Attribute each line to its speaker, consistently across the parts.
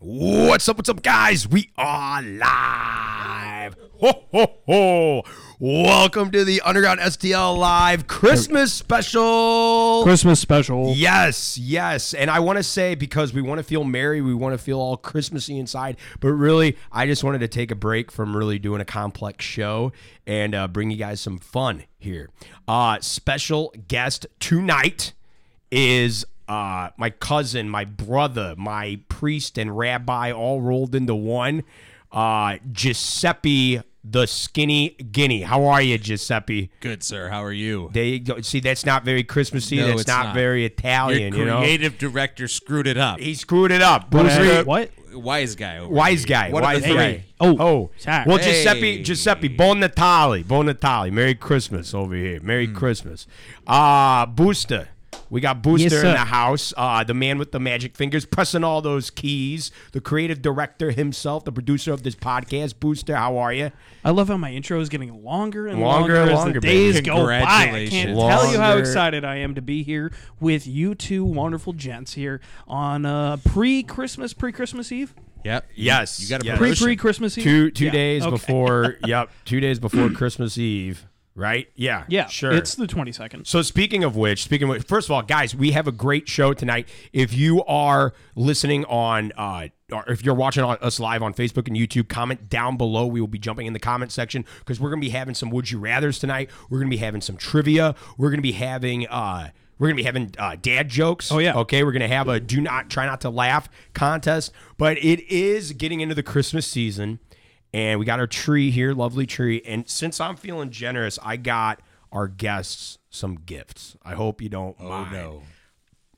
Speaker 1: What's up? What's up, guys? We are live. Ho, ho, ho. Welcome to the Underground STL Live Christmas special.
Speaker 2: Christmas special.
Speaker 1: Yes, yes. And I want to say because we want to feel merry, we want to feel all Christmassy inside, but really, I just wanted to take a break from really doing a complex show and uh, bring you guys some fun here. Uh, special guest tonight is uh, my cousin, my brother, my priest, and rabbi all rolled into one. Uh, Giuseppe the Skinny Guinea. How are you, Giuseppe?
Speaker 3: Good, sir. How are you?
Speaker 1: There you go. See, that's not very Christmassy.
Speaker 3: No,
Speaker 1: that's
Speaker 3: it's
Speaker 1: not,
Speaker 3: not.
Speaker 1: very Italian. You
Speaker 3: Your
Speaker 1: know,
Speaker 3: creative director screwed it up.
Speaker 1: he screwed it up.
Speaker 2: What?
Speaker 1: But uh,
Speaker 2: is
Speaker 1: we-
Speaker 2: the- what?
Speaker 3: Wise guy. Over
Speaker 1: Wise
Speaker 3: here.
Speaker 1: guy.
Speaker 3: One
Speaker 1: wise
Speaker 3: of the
Speaker 1: guy.
Speaker 3: three.
Speaker 2: Oh.
Speaker 1: oh.
Speaker 2: Sorry.
Speaker 1: Well, Giuseppe,
Speaker 3: Hey.
Speaker 1: Giuseppe, Bon Natale, Bon Natale. Merry Christmas over here. Merry
Speaker 3: Hmm.
Speaker 1: Christmas. Uh Booster. We got Booster in
Speaker 2: sir.
Speaker 1: the house. Uh, the man with the magic fingers, pressing all those keys. The creative director himself, the producer of this podcast. Booster, how are you?
Speaker 2: I love how my intro is getting longer and
Speaker 1: Longer
Speaker 2: longer,
Speaker 1: and
Speaker 2: as
Speaker 1: longer,
Speaker 2: the
Speaker 1: baby.
Speaker 2: days go by. I can't
Speaker 3: Congratulations.
Speaker 2: tell you how
Speaker 1: Longer.
Speaker 2: excited I am to be here with you two wonderful gents here on uh, pre-Christmas, pre-Christmas Eve,
Speaker 3: Yep.
Speaker 1: Yes,
Speaker 3: You got a
Speaker 1: yes.
Speaker 3: promotion.
Speaker 2: pre-pre-Christmas Eve.
Speaker 1: Two two
Speaker 2: Yeah,
Speaker 1: days
Speaker 2: okay.
Speaker 1: before. yep, two days before Christmas Eve. Right? Yeah.
Speaker 2: Yeah,
Speaker 1: Sure.
Speaker 2: It's the twenty second.
Speaker 1: So speaking of which, speaking of which, first of all, guys, we have a great show tonight. If you are listening on, uh, or if you're watching on, us live on Facebook and YouTube, comment down below. We will be jumping in the comment section because we're gonna be having some would you rather's tonight. We're gonna be having some trivia. We're gonna be having. Uh, we're gonna be having uh, dad jokes.
Speaker 2: Oh, yeah.
Speaker 1: Okay, we're gonna have a do not try not to laugh contest. But it is getting into the Christmas season, and we got our tree here, lovely tree. And since I'm feeling generous, I got our guests some gifts. I hope you don't
Speaker 3: Oh
Speaker 1: mind.
Speaker 3: no.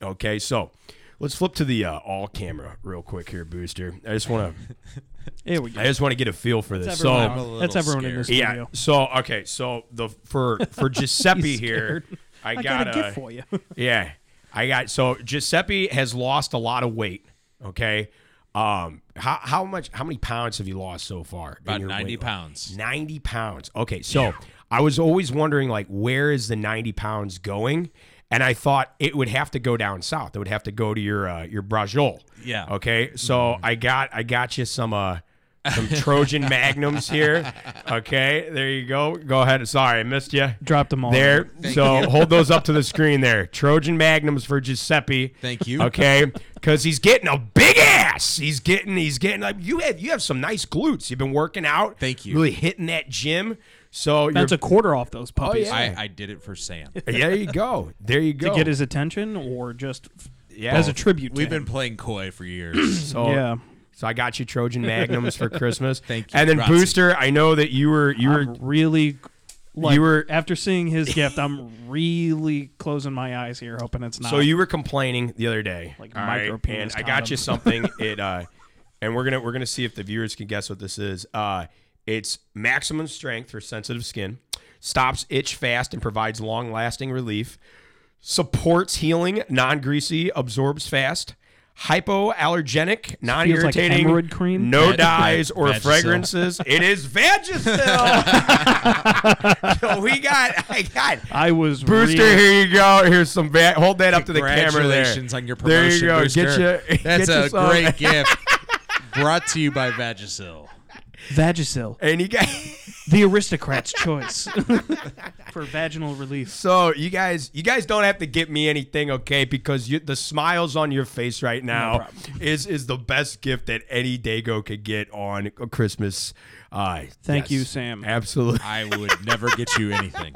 Speaker 1: Okay, so let's flip to the uh, all camera real quick here, Booster. I just want to
Speaker 2: Here we go.
Speaker 1: I just want to get a feel for this.
Speaker 2: That's
Speaker 1: So
Speaker 2: everyone,
Speaker 3: I'm a little
Speaker 2: that's everyone in
Speaker 3: scared.
Speaker 2: this
Speaker 1: yeah.
Speaker 2: video.
Speaker 1: So okay. So the for for Giuseppe here, I,
Speaker 2: I got, a
Speaker 1: gotta-
Speaker 2: gift for you.
Speaker 1: yeah, I got so Giuseppe has lost a lot of weight. Okay, um, how how much how many pounds have you lost so far? in
Speaker 3: About
Speaker 1: your
Speaker 3: 90
Speaker 1: weight loss?
Speaker 3: pounds.
Speaker 1: Ninety pounds. Okay, so I was always wondering like where is the ninety pounds going? And I thought it would have to go down south. It would have to go to your uh, your brajol.
Speaker 3: Yeah. Mm-hmm.
Speaker 1: Okay. So I got I got you some uh some Trojan magnums here. Okay. There you go. Go ahead. Sorry, I missed you.
Speaker 2: Dropped them all.
Speaker 1: There. so hold those up to the screen there. Trojan Magnums for Giuseppe.
Speaker 3: Thank you.
Speaker 1: Okay. Cause he's getting a big ass. He's getting he's getting like you have you have some nice glutes. You've been working out.
Speaker 3: Thank you.
Speaker 1: Really hitting that gym. So
Speaker 2: That's a
Speaker 1: you're, Oh,
Speaker 2: quarter off those puppies.
Speaker 1: yeah.
Speaker 3: I, I did it for Sam.
Speaker 1: there you go. There you go.
Speaker 2: To get his attention, or just f-
Speaker 1: Yeah. oh,
Speaker 2: as a tribute. To
Speaker 3: We've
Speaker 2: him.
Speaker 3: been playing coy for years.
Speaker 1: so,
Speaker 2: yeah.
Speaker 1: So I got you Trojan Magnums for Christmas.
Speaker 3: Thank you,
Speaker 1: And then
Speaker 3: Grazie.
Speaker 1: Booster, I know that you were you were
Speaker 2: I'm really like
Speaker 1: You were-
Speaker 2: after seeing his gift, I'm really closing my eyes here, hoping it's not.
Speaker 1: So you were complaining the other day,
Speaker 2: Like
Speaker 1: all right,
Speaker 2: micro-penis
Speaker 1: and I got you
Speaker 2: condom.
Speaker 1: something. it uh, and we're gonna we're gonna see if the viewers can guess what this is. Uh, it's maximum strength for sensitive skin, stops itch fast and provides long lasting relief, supports healing, non greasy, absorbs fast. Hypoallergenic, non-irritating,
Speaker 2: hemorrhoid cream.
Speaker 1: no
Speaker 3: Vag-
Speaker 1: dyes or
Speaker 3: Vagisil.
Speaker 1: fragrances. It is Vagisil. so we got, I got
Speaker 2: I was
Speaker 1: Booster,
Speaker 2: really-
Speaker 1: here you go. Here's some va- hold that up to the camera there.
Speaker 3: Congratulations on your
Speaker 1: There
Speaker 3: promotion.
Speaker 1: you go.
Speaker 3: Booster.
Speaker 1: Get you.
Speaker 3: That's
Speaker 1: get you
Speaker 3: a
Speaker 1: some.
Speaker 3: great gift. Brought to you by Vagisil.
Speaker 2: Vagisil,
Speaker 1: And you got
Speaker 2: the aristocrat's choice for vaginal relief.
Speaker 1: so you guys you guys don't have to get me anything, okay? Because you, the smiles on your face right now is is the best gift that any Dago could get on Christmas. Uh, yes.
Speaker 2: Thank you, Sam.
Speaker 1: Absolutely,
Speaker 3: I would never get you anything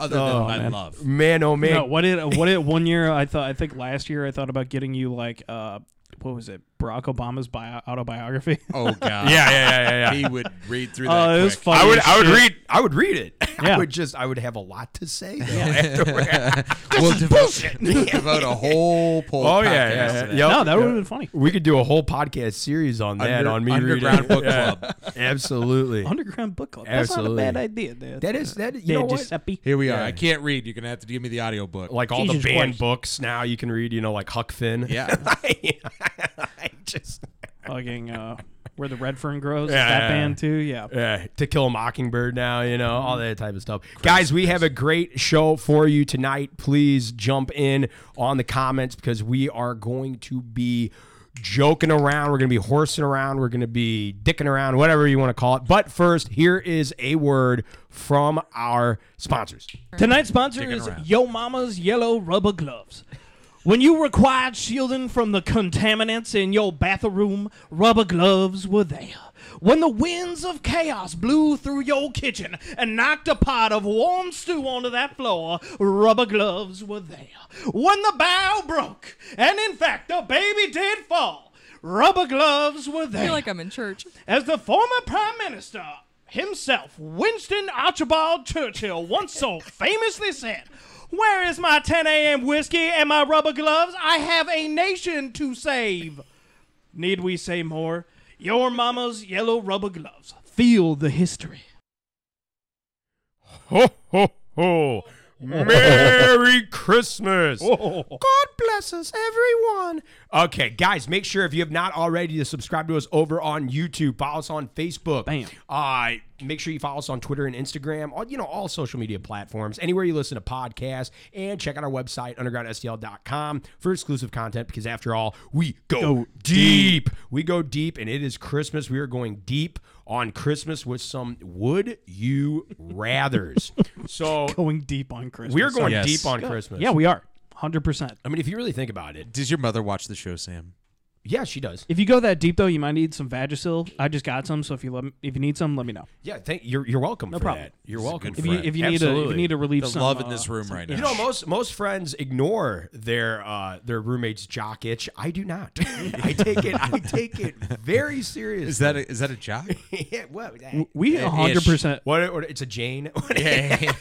Speaker 3: other than my love.
Speaker 1: Oh, man. Oh man.
Speaker 2: No, what did what did one year I thought? I think last year I thought about getting you like uh, what was it? Barack Obama's bio- autobiography.
Speaker 3: Oh God.
Speaker 1: Yeah, Oh, yeah, yeah, yeah. yeah.
Speaker 3: He would read through that.
Speaker 2: Uh, it was
Speaker 3: quick.
Speaker 2: funny.
Speaker 1: I would,
Speaker 2: as
Speaker 1: I would
Speaker 2: shit.
Speaker 1: read, I would read it. I
Speaker 2: Yeah.
Speaker 1: would just, I would have a lot to say. Though, afterward.
Speaker 3: We'll devote, we'll devote a whole poll.
Speaker 1: oh yeah,
Speaker 3: podcast
Speaker 1: yeah,
Speaker 3: to
Speaker 1: yeah.
Speaker 3: that.
Speaker 1: Yep.
Speaker 2: No, that would have been funny.
Speaker 1: We could do a whole podcast series on that
Speaker 3: Under-
Speaker 1: on me
Speaker 3: Underground
Speaker 1: reading.
Speaker 3: Book Club.
Speaker 1: Absolutely.
Speaker 2: Underground book club. That's
Speaker 1: Absolutely.
Speaker 2: not a bad idea. There.
Speaker 1: that is that you
Speaker 2: there,
Speaker 1: know what?
Speaker 2: Giuseppe.
Speaker 3: Here we are.
Speaker 1: Yeah.
Speaker 3: I can't read. You're gonna have to give me the audiobook.
Speaker 1: Like all
Speaker 2: Jesus
Speaker 1: the banned
Speaker 2: Christ.
Speaker 1: books now you can read, you know, like Huck Finn.
Speaker 3: Yeah.
Speaker 1: I just
Speaker 2: Fucking uh, where the red fern grows.
Speaker 1: Yeah,
Speaker 2: that
Speaker 1: yeah,
Speaker 2: band too. Yeah.
Speaker 1: Yeah, to kill a mockingbird now, you know, all that type of stuff. Guys, we have a great show for you tonight. Please jump in on the comments because we are going to be joking around. We're going to be horsing around. We're going to be dicking around, whatever you want to call it. But first, here is a word from our sponsors.
Speaker 2: Tonight's sponsor
Speaker 3: Digging
Speaker 2: is
Speaker 3: around.
Speaker 2: Yo Mama's Yellow Rubber Gloves. When you required shielding from the contaminants in your bathroom, rubber gloves were there. When the winds of chaos blew through your kitchen and knocked a pot of warm stew onto that floor, rubber gloves were there. When the bow broke, and in fact, the baby did fall, rubber gloves were there
Speaker 4: I feel like I'm in church.
Speaker 2: as the former prime minister himself, Winston Archibald Churchill, once so famously said, Where is my 10 a.m. whiskey and my rubber gloves? I have a nation to save. Need we say more? Your mama's yellow rubber gloves. Feel the history.
Speaker 1: Ho, ho, ho. Merry Christmas. God bless us, everyone. Okay, guys, make sure if you have not already to subscribe to us over on YouTube, follow us on Facebook.
Speaker 2: Bam.
Speaker 1: Uh, make sure you follow us on Twitter and Instagram, all, you know, all social media platforms, anywhere you listen to podcasts, and check out our website, undergroundstl.com, for exclusive content because, after all, we go,
Speaker 2: Go
Speaker 1: deep. We go deep, and it is Christmas. We are going deep on Christmas with some Would You Rathers. so
Speaker 2: Going deep on Christmas.
Speaker 1: we're going
Speaker 3: Yes.
Speaker 1: deep on Christmas.
Speaker 2: Yeah, we are. 100%.
Speaker 1: I mean, if you really think about it,
Speaker 3: Does your mother watch the show, Sam?
Speaker 1: yeah, she does.
Speaker 2: If you go that deep, though, you might need some Vagisil. I just got some, so if you let me, if you need some, let me know.
Speaker 1: Yeah, thank you're you're welcome for
Speaker 2: problem.
Speaker 1: that. You're
Speaker 3: She's a
Speaker 1: welcome.
Speaker 3: good
Speaker 1: for
Speaker 2: If you,
Speaker 1: that.
Speaker 2: if you need a if you
Speaker 1: Absolutely.
Speaker 2: need to relieve
Speaker 3: The
Speaker 2: some
Speaker 3: love in
Speaker 2: uh,
Speaker 3: this room
Speaker 2: some-
Speaker 3: right
Speaker 2: yeah.
Speaker 3: now.
Speaker 1: You know, most most friends ignore their uh, their roommate's jock itch. I do not. I take it. I take it very seriously.
Speaker 3: Is that a, is that a job?
Speaker 1: yeah, what,
Speaker 2: We 100%.
Speaker 1: what, what? It's a Jane.
Speaker 3: yeah.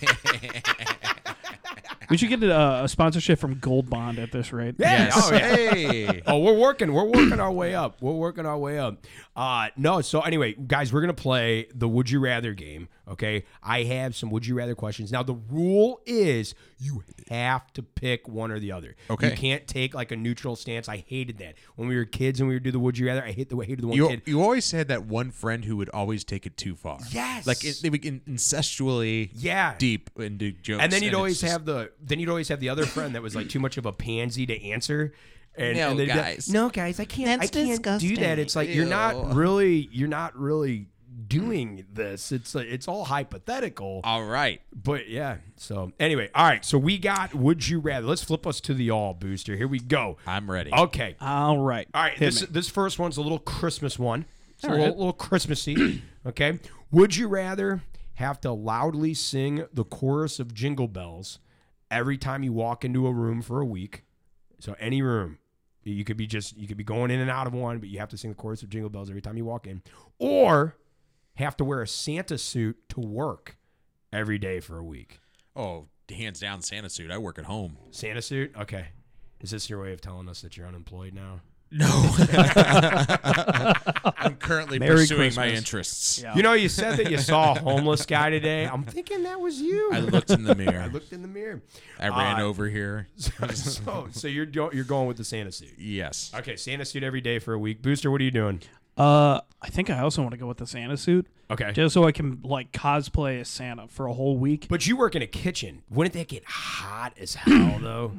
Speaker 2: We should get a, a sponsorship from Gold Bond at this rate.
Speaker 1: Yes. Oh, yeah.
Speaker 3: Hey.
Speaker 1: oh, we're working. We're working our way up. We're working our way up. Uh, no, so anyway, guys, we're gonna play the Would You Rather game. Okay, I have some Would You Rather questions. Now the rule is you have to pick one or the other.
Speaker 3: Okay.
Speaker 1: you can't take like a neutral stance. I hated that when we were kids and we would do the Would You Rather. I hate the hated the one
Speaker 3: You,
Speaker 1: kid.
Speaker 3: you always had that one friend who would always take it too far.
Speaker 1: Yes.
Speaker 3: Like it, they would in, incestually
Speaker 1: Yeah.
Speaker 3: deep into jokes.
Speaker 1: and then you'd
Speaker 3: it's
Speaker 1: always
Speaker 3: just-
Speaker 1: have the then you'd always have the other friend that was like too much of a pansy to answer. And,
Speaker 3: No,
Speaker 1: and they'd be like,
Speaker 3: guys.
Speaker 1: no guys, I can't. I can't do that. It's like you're not
Speaker 3: Ew.
Speaker 1: really you're not really doing this. It's like, it's all hypothetical.
Speaker 3: All right.
Speaker 1: But yeah. So anyway, all right. So we got would you rather? Let's flip us to the all booster. Here we go.
Speaker 3: I'm ready.
Speaker 1: Okay.
Speaker 2: All right.
Speaker 1: All right,
Speaker 2: Hit
Speaker 1: this
Speaker 2: me.
Speaker 1: this first one's a little Christmas one. It's a
Speaker 2: All
Speaker 1: little,
Speaker 2: right.
Speaker 1: little Christmassy. okay. Would you rather have to loudly sing the chorus of Jingle Bells every time you walk into a room for a week? So any room, you could be just you could be going in and out of one, but you have to sing the chorus of Jingle Bells every time you walk in, or have to wear a Santa suit to work every day for a week.
Speaker 3: Oh, hands down Santa suit. I work at home.
Speaker 1: Santa suit? Okay. Is this your way of telling us that you're unemployed now?
Speaker 3: No. I'm currently
Speaker 2: Merry
Speaker 3: pursuing my
Speaker 2: Christmas.
Speaker 3: interests.
Speaker 2: Yeah.
Speaker 1: You know, you said that you saw a homeless guy today. I'm thinking that was you.
Speaker 3: I looked in the mirror. I,
Speaker 1: I looked in the mirror.
Speaker 3: ran
Speaker 1: Uh,
Speaker 3: over here.
Speaker 1: So, so you're do- you're going with the Santa suit.
Speaker 3: Yes.
Speaker 1: Okay, Santa suit every day for a week. Booster, what are you doing?
Speaker 2: Uh, I think I also want to go with the Santa suit,
Speaker 1: Okay,
Speaker 2: just so I can like cosplay as Santa for a whole week.
Speaker 1: but you work in a kitchen. Wouldn't that get hot as hell though?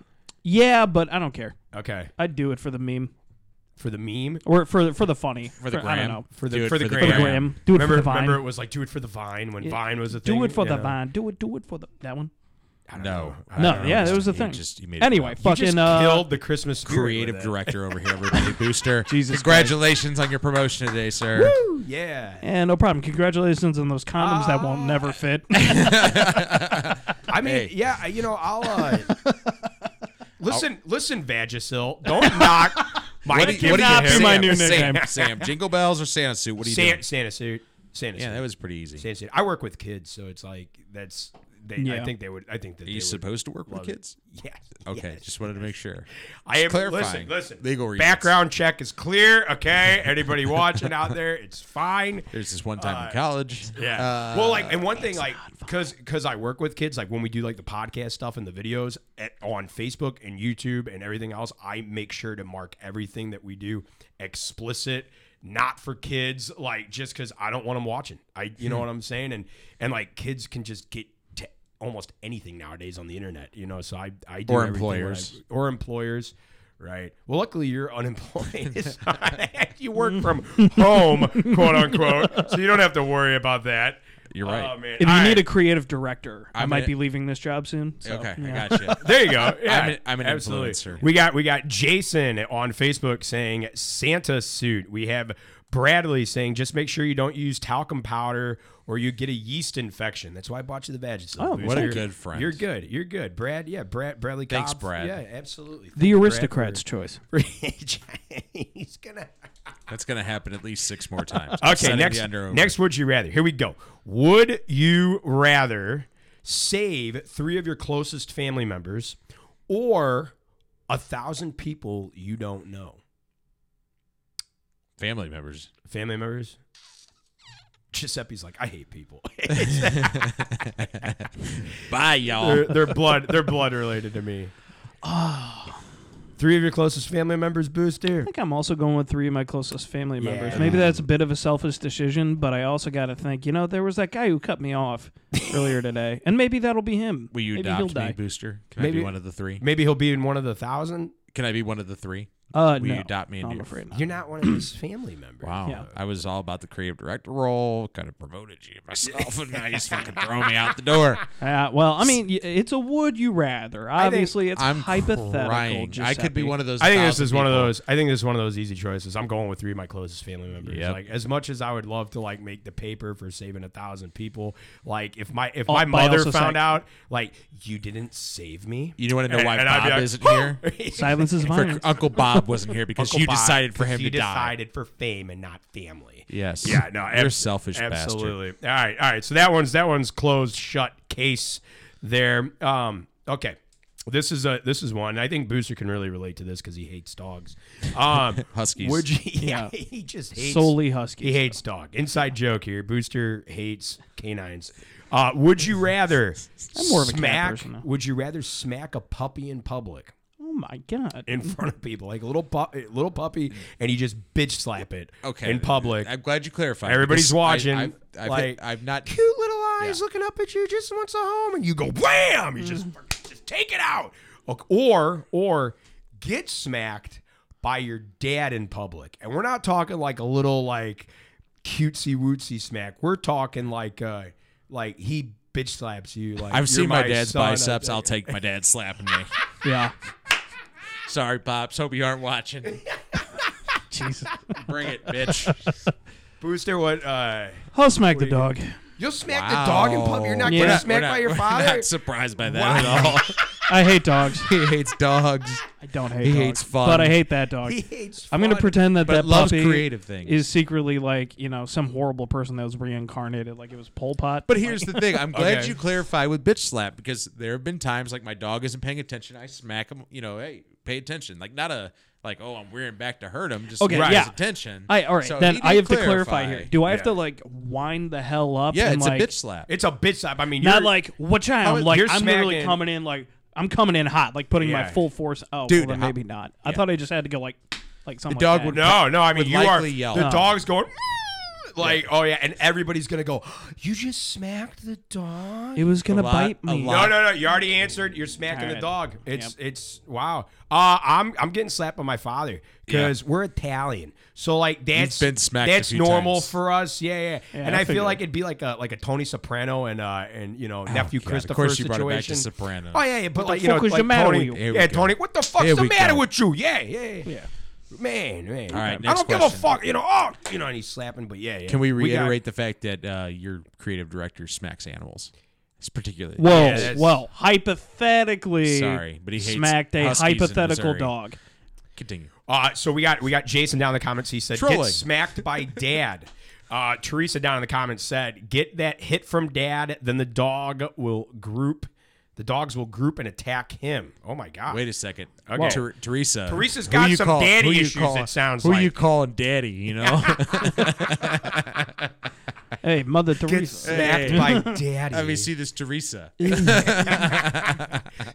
Speaker 2: yeah, but I don't care.
Speaker 1: Okay,
Speaker 2: I'd do it for the meme
Speaker 1: for the meme,
Speaker 2: or for for the funny. For
Speaker 3: the
Speaker 2: I don't
Speaker 3: gram.
Speaker 2: know.
Speaker 1: for
Speaker 3: Do
Speaker 1: the
Speaker 3: it
Speaker 1: for the
Speaker 3: for the
Speaker 2: For the
Speaker 1: gram.
Speaker 3: gram.
Speaker 2: gram. Do it
Speaker 1: remember,
Speaker 2: for the vine.
Speaker 1: remember, it was like do it for the vine when Vine was a thing.
Speaker 2: do it for
Speaker 1: you
Speaker 2: the
Speaker 1: know?
Speaker 2: vine. Do it. Do it for the that one.
Speaker 1: I don't
Speaker 3: No.
Speaker 1: know. I
Speaker 2: No,
Speaker 1: don't know.
Speaker 2: yeah,
Speaker 1: You
Speaker 2: that was the
Speaker 3: he
Speaker 2: thing.
Speaker 3: just- he made it
Speaker 2: anyway,
Speaker 3: up.
Speaker 2: fucking
Speaker 1: just
Speaker 2: uh,
Speaker 1: killed the Christmas spirit
Speaker 3: Creative
Speaker 1: with it.
Speaker 3: director over here, everybody. Booster.
Speaker 2: Jesus
Speaker 3: Congratulations on your promotion today, sir.
Speaker 1: Woo, Yeah,
Speaker 2: Yeah, no problem. Congratulations on those condoms that won't
Speaker 3: Ah.
Speaker 2: never fit.
Speaker 1: I mean,
Speaker 3: Hey.
Speaker 1: yeah, you know, I'll uh, listen, listen, Vagisil, don't knock. My
Speaker 3: do you-
Speaker 1: kid
Speaker 3: what do you
Speaker 2: cannot be
Speaker 3: have?
Speaker 2: my
Speaker 3: Sam,
Speaker 2: new
Speaker 3: Sam,
Speaker 2: nickname.
Speaker 3: Sam, Jingle Bells or Santa suit? What do you
Speaker 1: San-
Speaker 3: doing?
Speaker 1: Santa suit. Santa
Speaker 3: Yeah,
Speaker 1: suit.
Speaker 3: that was pretty easy.
Speaker 1: Santa suit. I work with kids, so it's like that's. They, I
Speaker 2: Yeah.
Speaker 1: think they would. I think that
Speaker 3: Are
Speaker 1: they
Speaker 3: you supposed to work with kids?
Speaker 1: would. Yes.
Speaker 3: Okay,
Speaker 1: yes.
Speaker 3: just wanted to make sure.
Speaker 1: I am Listen,
Speaker 3: clarifying.
Speaker 1: listen.
Speaker 3: Legal reasons.
Speaker 1: background check is clear. Okay, anybody watching out there, it's fine.
Speaker 3: There's this one time
Speaker 1: Uh,
Speaker 3: in college.
Speaker 1: Yeah.
Speaker 3: Uh,
Speaker 1: well, like, and one thing, like, because because I work with kids, like when we do like the podcast stuff and the videos at, on Facebook and YouTube and everything else, I make sure to mark everything that we do explicit, not for kids, like just because I don't want them watching. I, you
Speaker 3: Hmm.
Speaker 1: know what I'm saying, and and like kids can just get. to Almost anything nowadays on the internet, you know. So I, I do
Speaker 3: Or
Speaker 1: everything where I-
Speaker 3: employers.
Speaker 1: or employers, Right. Well, luckily you're unemployed. so you work from home, quote unquote. So you don't have to worry about that.
Speaker 3: You're right.
Speaker 1: Oh, man.
Speaker 2: If you
Speaker 1: All right.
Speaker 2: need a creative director, i
Speaker 3: I'm
Speaker 2: might
Speaker 3: an-
Speaker 2: be leaving this job soon. so,
Speaker 3: Okay,
Speaker 2: yeah.
Speaker 3: I got you.
Speaker 1: There you go. Yeah,
Speaker 3: I'm an- I'm an
Speaker 1: absolutely.
Speaker 3: influencer.
Speaker 1: We got we got Jason on Facebook saying Santa suit. We have Bradley saying just make sure you don't use talcum powder or you get a yeast infection. That's why I bought you the Vagisil.
Speaker 2: Oh,
Speaker 1: Boost.
Speaker 3: what a
Speaker 1: You're-
Speaker 3: good friend.
Speaker 1: You're good. You're good, Brad. Yeah, Brad. Bradley.
Speaker 3: Thanks,
Speaker 1: Cobb.
Speaker 3: Brad.
Speaker 1: Yeah, absolutely.
Speaker 2: The
Speaker 1: Thank
Speaker 2: aristocrat's choice.
Speaker 1: Brad for- He's gonna.
Speaker 3: That's gonna happen at least six more times. I'm
Speaker 1: Okay,
Speaker 3: setting
Speaker 1: next.
Speaker 3: the under over.
Speaker 1: Next, would you rather? Here we go. Would you rather save three of your closest family members or a thousand people you don't know?
Speaker 3: family members.
Speaker 1: Family members. Giuseppe's like, I hate people.
Speaker 3: Bye, y'all.
Speaker 2: Uh,
Speaker 1: they're, they're blood. They're blood related to me. Three of your closest family members, Booster.
Speaker 2: I think I'm also going with three of my closest family members.
Speaker 1: Yeah.
Speaker 2: Maybe that's a bit of a selfish decision, but I also got to think, you know, there was that guy who cut me off earlier today, and maybe that'll be him.
Speaker 3: Will you
Speaker 2: maybe
Speaker 3: adopt
Speaker 2: he'll
Speaker 3: me,
Speaker 2: die.
Speaker 3: Booster? Can I
Speaker 1: Maybe-
Speaker 3: be one of the three?
Speaker 1: Maybe he'll be in one of the thousand.
Speaker 3: Can I be one of the three?
Speaker 2: Uh,
Speaker 3: Will
Speaker 2: no,
Speaker 3: you adopt
Speaker 2: no,
Speaker 3: me? into
Speaker 2: I'm
Speaker 3: your-
Speaker 2: afraid not.
Speaker 1: You're not one of his family members.
Speaker 3: Wow,
Speaker 2: Yeah.
Speaker 3: I was all about the creative director role. Kind of promoted you myself, and now you just fucking throw me out the door.
Speaker 2: Uh, well, I mean, y- it's a would you rather. Obviously, it's
Speaker 3: I'm
Speaker 2: hypothetical.
Speaker 3: Crying. I could be
Speaker 2: Giuseppe.
Speaker 3: one of those.
Speaker 1: I think this
Speaker 3: 1,000
Speaker 1: is one of
Speaker 3: people.
Speaker 1: those. I think this is one of those easy choices. I'm going with three of my closest family members.
Speaker 3: Yep.
Speaker 1: Like as much as I would love to like make the paper for saving a thousand people, like if my if
Speaker 2: Oh,
Speaker 1: my
Speaker 2: but
Speaker 1: mother
Speaker 2: also
Speaker 1: found
Speaker 2: psych-
Speaker 1: out, like you didn't save me.
Speaker 3: You want to know why
Speaker 1: And I'd
Speaker 3: Bob
Speaker 1: be like,
Speaker 3: isn't here?
Speaker 2: Silence is
Speaker 3: For
Speaker 2: violence.
Speaker 3: Uncle Bob wasn't here because
Speaker 1: Uncle
Speaker 3: you
Speaker 1: Bob,
Speaker 3: decided for
Speaker 1: 'cause
Speaker 3: him
Speaker 1: you
Speaker 3: to die.
Speaker 1: decided for fame and not family.
Speaker 3: Yes.
Speaker 1: Yeah, no,
Speaker 3: you're a
Speaker 1: ab-
Speaker 3: selfish bastard.
Speaker 1: Absolutely. All right, all right. So that one's that one's closed shut case there. Um, okay. This is a this is one. I think Booster can really relate to this because he hates dogs. Um,
Speaker 3: Huskies.
Speaker 1: Would you, yeah,
Speaker 2: Yeah.
Speaker 1: he just hates
Speaker 2: Solely huskies,
Speaker 1: He hates dog. Inside joke here. Booster hates canines. Uh, would you rather
Speaker 2: I'm more of a cat
Speaker 1: smack?
Speaker 2: person, though.
Speaker 1: Would you rather smack a puppy in public?
Speaker 2: Oh my god!
Speaker 1: in front of people, like a little pu- little
Speaker 2: Mm.
Speaker 1: puppy, and you just bitch slap it
Speaker 3: Okay.
Speaker 1: in public.
Speaker 3: I'm glad you clarified.
Speaker 1: Everybody's
Speaker 3: because I-
Speaker 1: watching.
Speaker 3: I've, I've, hit-
Speaker 1: like,
Speaker 3: I've not.
Speaker 1: cute little eyes
Speaker 3: Yeah.
Speaker 1: looking up at you, just wants a home, and you go wham, you just
Speaker 3: Mm.
Speaker 1: just take it out, Ok- or or get smacked by your dad in public, and we're not talking like a little like cutesy wootsy smack. We're talking like uh like he bitch slaps you. Like "You're
Speaker 3: I've seen my, dad's
Speaker 1: son."
Speaker 3: biceps. I'll take my dad slapping me.
Speaker 2: yeah,
Speaker 3: Sorry, pops. Hope you aren't watching.
Speaker 2: Jesus.
Speaker 3: Bring it, bitch.
Speaker 1: Booster, what? uh
Speaker 2: I'll smack the dog.
Speaker 1: You'll smack the dog in public. You're not
Speaker 2: Yeah.
Speaker 1: getting
Speaker 2: We're
Speaker 3: We're
Speaker 2: not-
Speaker 1: smacked
Speaker 3: not-
Speaker 1: by your
Speaker 3: we're
Speaker 1: father.
Speaker 3: Not surprised by that at all.
Speaker 2: I hate dogs.
Speaker 3: he hates dogs.
Speaker 2: I don't hate.
Speaker 3: He
Speaker 2: dogs,
Speaker 3: hates fun.
Speaker 2: but I hate that dog.
Speaker 1: He hates
Speaker 2: I'm gonna
Speaker 1: fun.
Speaker 2: pretend that
Speaker 3: But
Speaker 2: that
Speaker 3: loves
Speaker 2: puppy
Speaker 3: creative things.
Speaker 2: is secretly like you know some horrible person that was reincarnated, like it was Pol Pot.
Speaker 3: But here's the thing. I'm glad
Speaker 1: Okay.
Speaker 3: you clarify with bitch slap because there have been times like my dog isn't paying attention. I smack him. You know, hey, pay attention. Like not a like oh I'm rearing back to hurt him. Just
Speaker 2: Okay,
Speaker 3: okay,
Speaker 2: yeah.
Speaker 3: his attention.
Speaker 2: I all right.
Speaker 3: So he
Speaker 2: then
Speaker 3: did
Speaker 2: I have to clarify here. Do I have
Speaker 1: Yeah.
Speaker 2: to like wind the hell up?
Speaker 3: yeah,
Speaker 2: and,
Speaker 3: it's
Speaker 2: like,
Speaker 3: a bitch slap.
Speaker 1: It's a bitch slap. I mean,
Speaker 2: Not
Speaker 1: you're-
Speaker 2: like what
Speaker 1: How
Speaker 2: child?
Speaker 1: is-
Speaker 2: Like
Speaker 1: you're
Speaker 2: I'm literally
Speaker 1: smacking-
Speaker 2: coming in like I'm coming in hot, like putting my
Speaker 1: Yeah.
Speaker 2: full force. Oh,
Speaker 3: Dude,
Speaker 2: well, then
Speaker 3: how-
Speaker 2: maybe not. I thought I just had to go like like something.
Speaker 3: dog
Speaker 2: like that.
Speaker 3: would-
Speaker 1: no, no. I mean,
Speaker 3: would
Speaker 1: you are
Speaker 3: likely yell.
Speaker 1: the
Speaker 3: No.
Speaker 1: dog's going "Meow," like, oh yeah, and everybody's gonna go. You just smacked the dog.
Speaker 2: It was gonna
Speaker 3: A lot-
Speaker 2: bite
Speaker 3: a
Speaker 2: me.
Speaker 3: lot.
Speaker 1: No, no, no. You already answered. You're smacking
Speaker 2: All
Speaker 1: the
Speaker 2: right.
Speaker 1: dog. It's it's wow. Uh, I'm I'm getting slapped by my father because we're Italian. So like that's
Speaker 3: been smacked a
Speaker 1: That's
Speaker 3: few
Speaker 1: normal
Speaker 3: times.
Speaker 1: for us. Yeah, yeah. and
Speaker 2: I
Speaker 1: I, feel
Speaker 2: figured.
Speaker 1: like it'd be like a like a Tony Soprano and uh and you know nephew
Speaker 3: Oh, God,
Speaker 1: Christopher
Speaker 3: of course you
Speaker 1: situation.
Speaker 3: brought it back to Sopranos.
Speaker 1: Oh yeah, yeah. But like you know,
Speaker 2: fuck is the
Speaker 1: like
Speaker 2: matter
Speaker 1: Tony,
Speaker 2: with you?
Speaker 3: Here we
Speaker 1: yeah,
Speaker 3: go.
Speaker 1: Tony. What the fuck's
Speaker 3: Here
Speaker 1: the
Speaker 3: we
Speaker 1: matter
Speaker 3: go.
Speaker 1: with you? Yeah, yeah,
Speaker 2: Yeah.
Speaker 1: Man, man.
Speaker 3: All right,
Speaker 1: I
Speaker 3: next
Speaker 1: don't give a
Speaker 3: question.
Speaker 1: fuck. You know, oh, you know, and he's slapping. But yeah, yeah.
Speaker 3: Can we
Speaker 1: got-
Speaker 3: reiterate the fact that uh, your creative director smacks animals? It's particularly
Speaker 2: Whoa,
Speaker 1: Yeah, that's-
Speaker 2: whoa! Hypothetically,
Speaker 3: Sorry, but he hates
Speaker 2: smacked a
Speaker 3: huskies in
Speaker 2: hypothetical
Speaker 3: Missouri.
Speaker 2: dog.
Speaker 3: Continue.
Speaker 1: Uh, so we got we got Jason down in the comments. He said,
Speaker 3: Trolling.
Speaker 1: "Get smacked by dad." Uh, Teresa down in the comments said, "Get that hit from dad, then the dog will group. The dogs will group and attack him." Oh my god!
Speaker 3: Wait a second.
Speaker 1: Okay.
Speaker 3: Ter- Teresa.
Speaker 1: Teresa's
Speaker 3: who
Speaker 1: got
Speaker 3: you
Speaker 1: some
Speaker 3: call-
Speaker 1: daddy
Speaker 3: who you
Speaker 1: issues,
Speaker 3: call-
Speaker 1: it sounds
Speaker 3: who
Speaker 1: like.
Speaker 3: you calling daddy? You know.
Speaker 2: Hey, Mother
Speaker 1: Get
Speaker 2: Teresa.
Speaker 1: smacked
Speaker 3: Hey.
Speaker 1: by daddy.
Speaker 3: Let me see this Teresa.
Speaker 1: You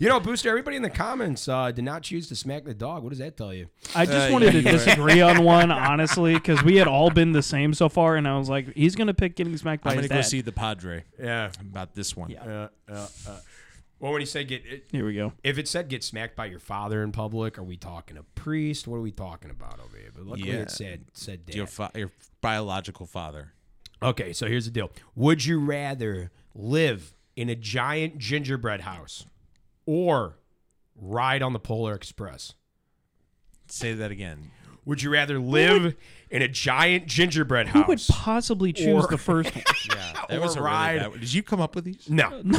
Speaker 1: know, Booster. Everybody in the comments uh, did not choose to smack the dog. What does that tell you?
Speaker 2: I just
Speaker 3: Uh,
Speaker 2: wanted
Speaker 3: yeah,
Speaker 2: to
Speaker 3: you were.
Speaker 2: disagree on one, honestly, because we had all been the same so far, and I was like, he's gonna pick getting smacked by
Speaker 3: I'm gonna
Speaker 2: his
Speaker 3: go
Speaker 2: dad.
Speaker 3: see the Padre
Speaker 1: Yeah.
Speaker 3: about this one.
Speaker 1: Uh, uh, uh. Well, when you say get, it,
Speaker 2: Here we go.
Speaker 1: if it said get smacked by your father in public, are we talking a priest? What are we talking about over here? But luckily
Speaker 3: Yeah.
Speaker 1: it said said dad.
Speaker 3: Your fa- your biological father.
Speaker 1: Okay, so here's the deal. Would you rather live in a giant gingerbread house or ride on the Polar Express?
Speaker 3: Say that again.
Speaker 1: Would you rather live in a giant gingerbread house?
Speaker 2: Who would possibly choose
Speaker 1: Or-
Speaker 2: the first one?
Speaker 3: Yeah, that
Speaker 1: Or
Speaker 3: was a
Speaker 1: ride.
Speaker 3: really bad one. Did you come up with these?
Speaker 1: no. no,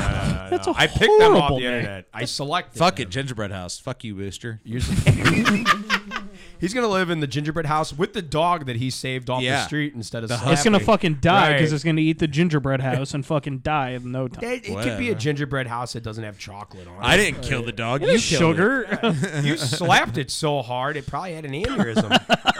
Speaker 2: That's a
Speaker 1: I picked them off
Speaker 2: horrible
Speaker 1: the
Speaker 2: name.
Speaker 1: internet. I selected.
Speaker 3: Fuck it, gingerbread house. Fuck you, Booster.
Speaker 1: He's gonna live in the gingerbread house with the dog that he saved off the
Speaker 3: Yeah.
Speaker 1: street instead of.
Speaker 2: It's gonna fucking die because
Speaker 1: Right.
Speaker 2: it's gonna eat the gingerbread house and fucking die in no time.
Speaker 1: It, it could be a
Speaker 3: Whatever.
Speaker 1: gingerbread house that doesn't have chocolate on it.
Speaker 3: I didn't kill the dog.
Speaker 2: You
Speaker 3: You killed it.
Speaker 2: sugar.
Speaker 1: you slapped it so hard it probably had an aneurysm.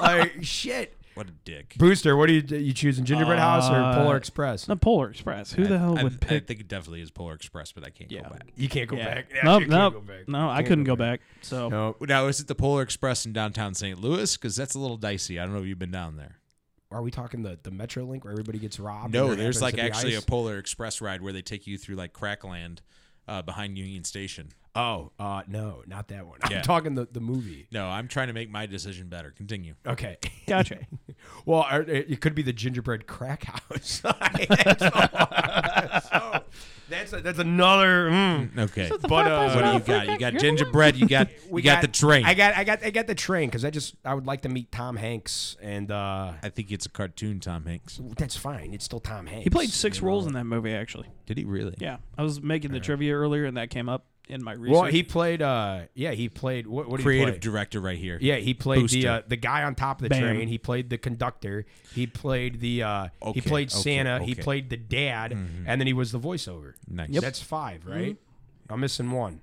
Speaker 1: like shit.
Speaker 3: What a dick.
Speaker 1: Booster, what do you you choosing? Gingerbread House or Polar Express?
Speaker 2: the Polar Express. Who the hell
Speaker 3: I,
Speaker 2: would
Speaker 3: I
Speaker 2: pick?
Speaker 3: think it definitely is Polar Express, but I can't
Speaker 2: Yeah.
Speaker 3: go back.
Speaker 1: You can't go
Speaker 2: Yeah.
Speaker 1: back. Yeah,
Speaker 2: Nope,
Speaker 1: you can't
Speaker 2: nope.
Speaker 1: go back.
Speaker 2: No, I
Speaker 1: Can't
Speaker 2: couldn't go back. So
Speaker 1: Nope.
Speaker 3: Now, is it the Polar Express in downtown St. Louis? Because that's a little dicey. I don't know if you've been down there.
Speaker 1: Are we talking the the MetroLink where everybody gets robbed? and
Speaker 3: No,
Speaker 1: there
Speaker 3: there's
Speaker 1: happens
Speaker 3: like
Speaker 1: to be
Speaker 3: actually a
Speaker 1: ice?
Speaker 3: Polar Express ride where they take you through like Crackland uh, behind Union Station.
Speaker 1: oh, uh, no, not that one. I'm
Speaker 3: Yeah.
Speaker 1: talking the the movie.
Speaker 3: No, I'm trying to make my decision better. Continue.
Speaker 1: Okay.
Speaker 2: gotcha.
Speaker 1: Well, or it it could be the gingerbread crack house. so, that's a, that's another. mm.
Speaker 3: Okay.
Speaker 2: the
Speaker 1: But,
Speaker 2: fuck
Speaker 1: uh,
Speaker 2: is
Speaker 3: What do
Speaker 2: that? Freaking-
Speaker 3: you got? You got
Speaker 2: you're the
Speaker 3: gingerbread. You got you got, the train.
Speaker 1: I
Speaker 3: I,
Speaker 1: got I got I got the train because I just I would like to meet Tom Hanks and uh
Speaker 3: think it's a cartoon. Tom Hanks.
Speaker 1: that's fine. It's still Tom Hanks. uh,
Speaker 2: He played six roles in that movie, actually.
Speaker 3: Did he really?
Speaker 2: Yeah, I was making the trivia earlier, and that came up in my research.
Speaker 1: Well, he played. uh Yeah, he played. What, what did he
Speaker 3: Creative
Speaker 1: play?
Speaker 3: director right here.
Speaker 1: yeah, he played the
Speaker 3: Booster.
Speaker 1: uh, the guy on top of the
Speaker 2: Bam.
Speaker 1: train. He played the conductor. He played the. uh He
Speaker 3: Okay,
Speaker 1: played
Speaker 3: okay,
Speaker 1: Santa. He
Speaker 3: okay. Mm-hmm.
Speaker 1: played the dad, and then he was the voiceover.
Speaker 3: Nice.
Speaker 1: That's
Speaker 2: Mm-hmm.
Speaker 1: five, right? I'm missing one.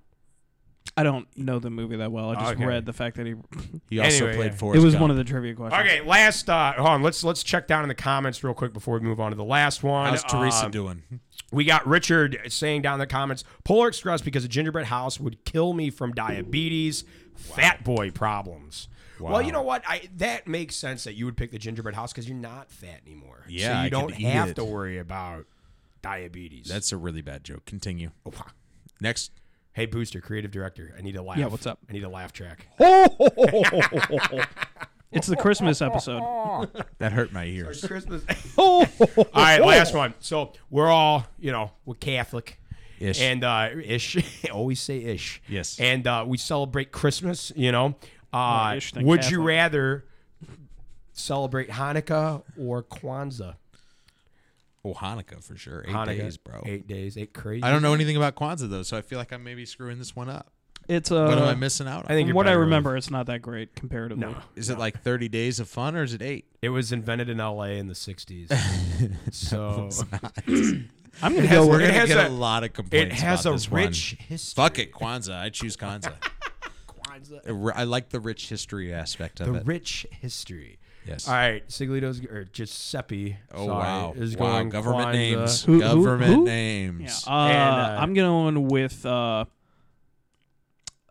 Speaker 2: I don't know the movie that well. I just
Speaker 1: Okay.
Speaker 2: read the fact that he.
Speaker 3: He also
Speaker 1: Anyway,
Speaker 3: played
Speaker 1: yeah.
Speaker 2: it
Speaker 3: Forrest.
Speaker 2: was
Speaker 3: Gump.
Speaker 2: one of the trivia questions.
Speaker 1: Okay, last. uh Hold on. Let's let's check down in the comments real quick before we move on to the last one.
Speaker 3: How's Teresa
Speaker 1: Um,
Speaker 3: doing?
Speaker 1: We got Richard saying down in the comments, Polar Express because a gingerbread house would kill me from diabetes, fat boy problems. Well, you know what? I that makes sense that you would pick the gingerbread house because you're not fat anymore.
Speaker 3: Yeah,
Speaker 1: so you
Speaker 3: I
Speaker 1: don't
Speaker 3: could eat
Speaker 1: have
Speaker 3: it.
Speaker 1: to worry about diabetes.
Speaker 3: That's a really bad joke. Continue. Next.
Speaker 1: hey Booster, creative director. I need a laugh.
Speaker 2: Yeah, what's up?
Speaker 1: I need a laugh track.
Speaker 2: It's the Christmas episode.
Speaker 3: That hurt my ears.
Speaker 1: Christmas. all right, last one. So we're all, you know, we're Catholic.
Speaker 3: Ish.
Speaker 1: And uh, ish. always say ish.
Speaker 3: Yes.
Speaker 1: And uh, we celebrate Christmas, you know. Uh,
Speaker 2: More ish than
Speaker 1: would you
Speaker 2: Catholic.
Speaker 1: rather celebrate Hanukkah or Kwanzaa?
Speaker 3: Oh, Hanukkah for sure. Eight
Speaker 1: Hanukkah,
Speaker 3: days, bro.
Speaker 1: Eight days, eight crazy.
Speaker 3: I don't know anything about Kwanzaa though, so I feel like I'm maybe screwing this one up.
Speaker 2: It's
Speaker 3: What am
Speaker 2: uh,
Speaker 3: I missing out on?
Speaker 1: I think you're
Speaker 2: what I
Speaker 1: better off.
Speaker 2: remember. It's not that great comparatively.
Speaker 1: No.
Speaker 3: is it like 30 days of fun or is it eight?
Speaker 1: It was invented in L.A. in the '60s, so
Speaker 2: I'm gonna go.
Speaker 1: We're
Speaker 3: We're
Speaker 1: gonna
Speaker 3: gonna
Speaker 1: It has
Speaker 3: get
Speaker 1: get a a-
Speaker 3: a, lot of
Speaker 1: it
Speaker 3: complaints.
Speaker 1: has a rich history.
Speaker 3: Fuck it, Kwanzaa. I choose Kwanzaa. Kwanzaa. I like the rich history aspect of
Speaker 1: The
Speaker 3: it.
Speaker 1: rich history.
Speaker 3: Yes.
Speaker 1: All right, Siglito's or Giuseppe.
Speaker 3: oh
Speaker 1: sorry,
Speaker 3: wow!
Speaker 1: Is
Speaker 3: wow!
Speaker 1: going
Speaker 3: government
Speaker 1: Kwanzaa.
Speaker 3: names.
Speaker 2: Who- who-
Speaker 3: government
Speaker 2: who? Yeah,
Speaker 3: names.
Speaker 2: uh,
Speaker 1: And, uh,
Speaker 2: I'm going with. Uh,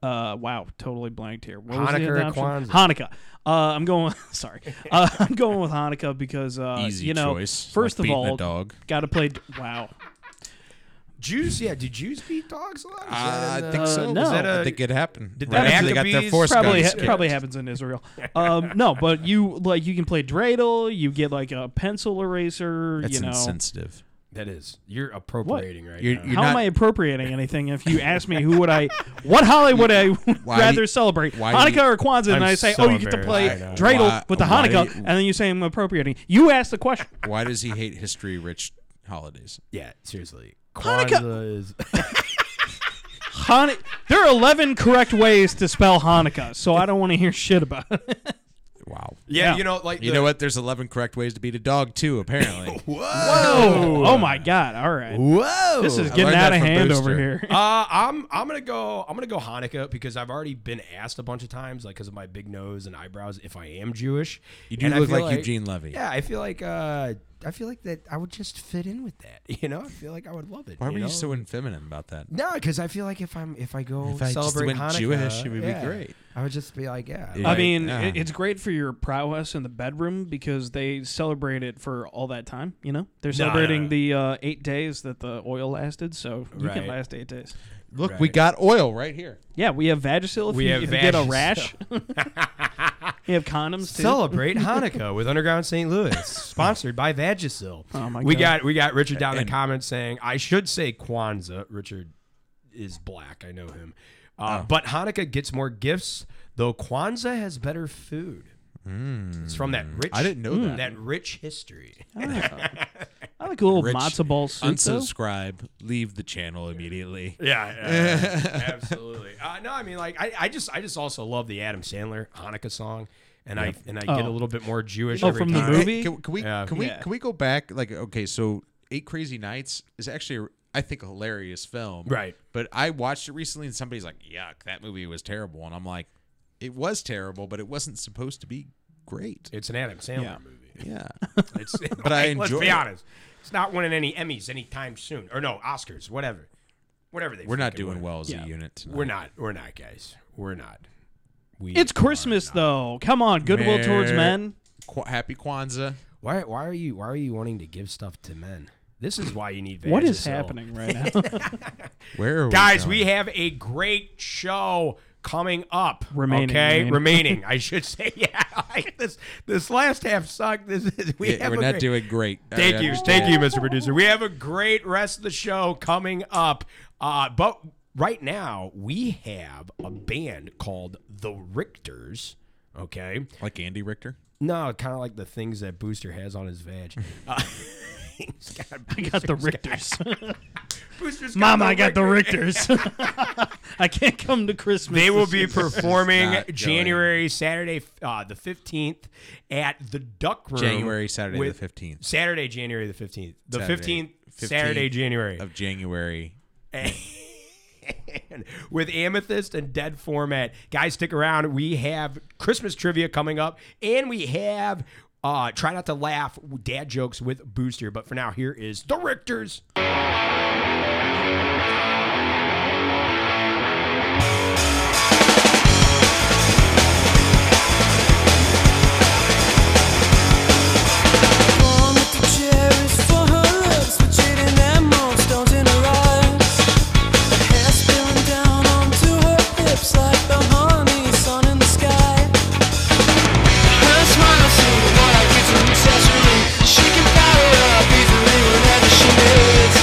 Speaker 2: uh, wow, totally blanked here. What was the
Speaker 1: Hanukkah or
Speaker 2: other option?
Speaker 1: Kwanzaa?
Speaker 2: Hanukkah. Uh, I'm going. Sorry, uh, I'm going with Hanukkah because uh,
Speaker 3: Easy
Speaker 2: you know,
Speaker 3: choice.
Speaker 2: first
Speaker 3: Like
Speaker 2: of
Speaker 3: beating a
Speaker 2: all,
Speaker 3: dog.
Speaker 2: gotta play. Wow,
Speaker 1: Jews, yeah. Do Jews beat dogs a lot? Is that
Speaker 3: Uh,
Speaker 1: in
Speaker 3: I
Speaker 1: the-
Speaker 3: think so.
Speaker 2: Uh, no.
Speaker 3: Is that a,
Speaker 1: I
Speaker 3: I
Speaker 1: think
Speaker 3: think it happened.
Speaker 1: Did
Speaker 3: right
Speaker 1: the
Speaker 3: after they got their
Speaker 1: Maccabees-
Speaker 3: force
Speaker 2: probably
Speaker 3: guns
Speaker 2: ha-
Speaker 3: kicked.
Speaker 2: probably happens in Israel. Um, no, but you like you can play dreidel. You get like a pencil eraser.
Speaker 3: That's
Speaker 2: you know,
Speaker 3: insensitive.
Speaker 1: That is. You're appropriating right
Speaker 3: You're-
Speaker 1: now.
Speaker 3: you're
Speaker 2: how am
Speaker 3: not-
Speaker 2: I appropriating anything? If you ask me, who would I, what holiday would I
Speaker 3: Why
Speaker 2: rather
Speaker 3: do-
Speaker 2: celebrate,
Speaker 3: why
Speaker 2: Hanukkah
Speaker 3: do you-
Speaker 2: or Kwanzaa?
Speaker 1: I'm
Speaker 2: and I say,
Speaker 1: so
Speaker 2: oh, you get to play
Speaker 1: embarrassed. I
Speaker 2: dreidel
Speaker 3: know. Why-
Speaker 2: with the
Speaker 3: why do
Speaker 2: Hanukkah,
Speaker 3: you-
Speaker 2: and then you say I'm appropriating. You asked the question.
Speaker 3: Why does he hate history-rich holidays?
Speaker 1: yeah, seriously.
Speaker 2: Hanukkah-
Speaker 1: Kwanzaa is.
Speaker 2: Han- there are eleven correct ways to spell Hanukkah, so I don't want to hear shit about it.
Speaker 3: Wow.
Speaker 1: Yeah,
Speaker 2: Yeah.
Speaker 1: you know, like
Speaker 3: You
Speaker 1: the-
Speaker 3: know what? There's 11 correct ways to beat a dog too. Apparently.
Speaker 2: Oh, oh my God! All right,
Speaker 1: Whoa,
Speaker 2: this is
Speaker 3: I
Speaker 2: getting
Speaker 3: learned
Speaker 2: out
Speaker 3: that
Speaker 2: of
Speaker 3: from
Speaker 2: hand
Speaker 3: Booster.
Speaker 2: over here.
Speaker 1: Uh, I'm I'm gonna go I'm gonna go Hanukkah because I've already been asked a bunch of times, like because of my big nose and eyebrows, if I am Jewish.
Speaker 3: You do
Speaker 1: And I
Speaker 3: look
Speaker 1: feel
Speaker 3: like Eugene Levy.
Speaker 1: Yeah, I feel like uh, I feel like that I would just fit in with that. You know, I feel like I would love it.
Speaker 3: Why were
Speaker 1: know?
Speaker 3: you so effeminate about that?
Speaker 1: No, because I feel like if I'm if I go
Speaker 3: If I just
Speaker 1: celebrate
Speaker 3: went
Speaker 1: Hanukkah,
Speaker 3: Jewish, it would be
Speaker 1: yeah,
Speaker 3: great.
Speaker 1: I would just be like, yeah,
Speaker 3: Yeah.
Speaker 2: I
Speaker 3: Right,
Speaker 2: mean,
Speaker 3: yeah.
Speaker 2: it- it's great for your prowess in the bedroom because they celebrate it for all that time. You know, they're
Speaker 1: No, no,
Speaker 2: celebrating
Speaker 1: no.
Speaker 2: the uh, eight days that the oil lasted, so you
Speaker 1: Right.
Speaker 2: can last eight days.
Speaker 3: Look, we got oil right here.
Speaker 2: Yeah, we have Vagisil if
Speaker 1: We
Speaker 2: you
Speaker 1: have
Speaker 2: if you get a
Speaker 1: Vagisil.
Speaker 2: rash. we have condoms too.
Speaker 1: Celebrate Hanukkah with Underground St. Louis, sponsored by Vagisil.
Speaker 2: Oh, my
Speaker 1: we
Speaker 2: God.
Speaker 1: got we got Richard down in
Speaker 3: And-
Speaker 1: the comments saying I should say Kwanzaa. Richard is black. I know him,
Speaker 3: Oh.
Speaker 1: uh, but Hanukkah gets more gifts though. Kwanzaa has better food. It's from that rich.
Speaker 3: Hmm. I didn't know that.
Speaker 1: that rich history.
Speaker 2: I like a little
Speaker 3: Rich,
Speaker 2: matzo ball soup. though.
Speaker 3: Unsubscribe. Leave the channel immediately.
Speaker 1: Yeah, yeah, yeah, absolutely. Uh, no, I mean, like, I, I just, I just also love the Adam Sandler Hanukkah song, and I, and I get a
Speaker 2: Oh.
Speaker 1: little bit more Jewish.
Speaker 2: Oh,
Speaker 1: every
Speaker 2: from the
Speaker 1: time.
Speaker 2: movie?
Speaker 3: can, can we
Speaker 1: Yeah.
Speaker 3: can we
Speaker 2: Yeah.
Speaker 3: can we go back? Like, okay, so Eight Crazy Nights is actually I think a hilarious film,
Speaker 1: Right.
Speaker 3: But I watched it recently, and somebody's like, "Yuck, that movie was terrible," and I'm like, "It was terrible, but it wasn't supposed to be great."
Speaker 1: It's an Adam Sandler
Speaker 2: Yeah.
Speaker 1: movie.
Speaker 3: Yeah,
Speaker 1: It's, but
Speaker 3: I
Speaker 1: Let's
Speaker 3: enjoy
Speaker 1: be
Speaker 3: it.
Speaker 1: honest. It's not winning any Emmys anytime soon, or no Oscars, whatever, whatever they.
Speaker 3: we're not
Speaker 1: freaking
Speaker 3: doing
Speaker 1: win.
Speaker 3: well as
Speaker 2: Yeah.
Speaker 3: a unit. tonight.
Speaker 1: We're not. We're not, guys. We're not. We
Speaker 2: It's Christmas though. Come on, goodwill towards
Speaker 3: Mer-
Speaker 2: men.
Speaker 3: Qu- happy Kwanzaa.
Speaker 1: Why? Why are you? Why are you wanting to give stuff to men? This is why you need.
Speaker 2: What is
Speaker 1: Vagisil.
Speaker 2: happening right now?
Speaker 3: Where are
Speaker 1: Guys,
Speaker 3: we?
Speaker 1: we have a great show coming up.
Speaker 2: Remaining,
Speaker 1: okay,
Speaker 2: remaining.
Speaker 1: remaining. I should say, yeah. Like this, this last half sucked. This is we
Speaker 3: going? Yeah,
Speaker 1: have
Speaker 3: we're
Speaker 1: a
Speaker 3: not
Speaker 1: great-
Speaker 3: doing great. I
Speaker 1: Thank you,
Speaker 3: understand.
Speaker 1: thank you, Mr. Producer. We have a great rest of the show coming up, uh, but right now we have a band called the Richters. Okay,
Speaker 3: Like Andy Richter.
Speaker 1: no, kind of like the things that Booster has on his vag. Uh, he's got,
Speaker 2: I got the Richters.
Speaker 1: Booster's got
Speaker 2: Mama, I
Speaker 1: the
Speaker 2: got the
Speaker 1: Richters.
Speaker 2: Richters. I can't come to Christmas.
Speaker 1: They will
Speaker 2: this
Speaker 1: be
Speaker 2: year.
Speaker 1: performing
Speaker 3: not going.
Speaker 1: January Saturday uh, the fifteenth at the Duck Room.
Speaker 3: January, Saturday the
Speaker 1: with-
Speaker 3: 15th.
Speaker 1: Saturday, January the fifteenth. The
Speaker 3: Saturday,
Speaker 1: fifteenth,
Speaker 3: 15th
Speaker 1: Saturday, January,
Speaker 3: of January.
Speaker 1: And with Amethyst and Dead Format. Guys, stick around. We have Christmas trivia coming up, and we have. Uh, try not to laugh dad jokes with Booster, but for now, here is the Richters.
Speaker 4: One with the cherries for her lips, but cheating and stones in her eyes. Her hair spilling down onto her hips like the honey sun in the sky. Her smile seems more like it's an accessory. She can power up easily whenever she needs.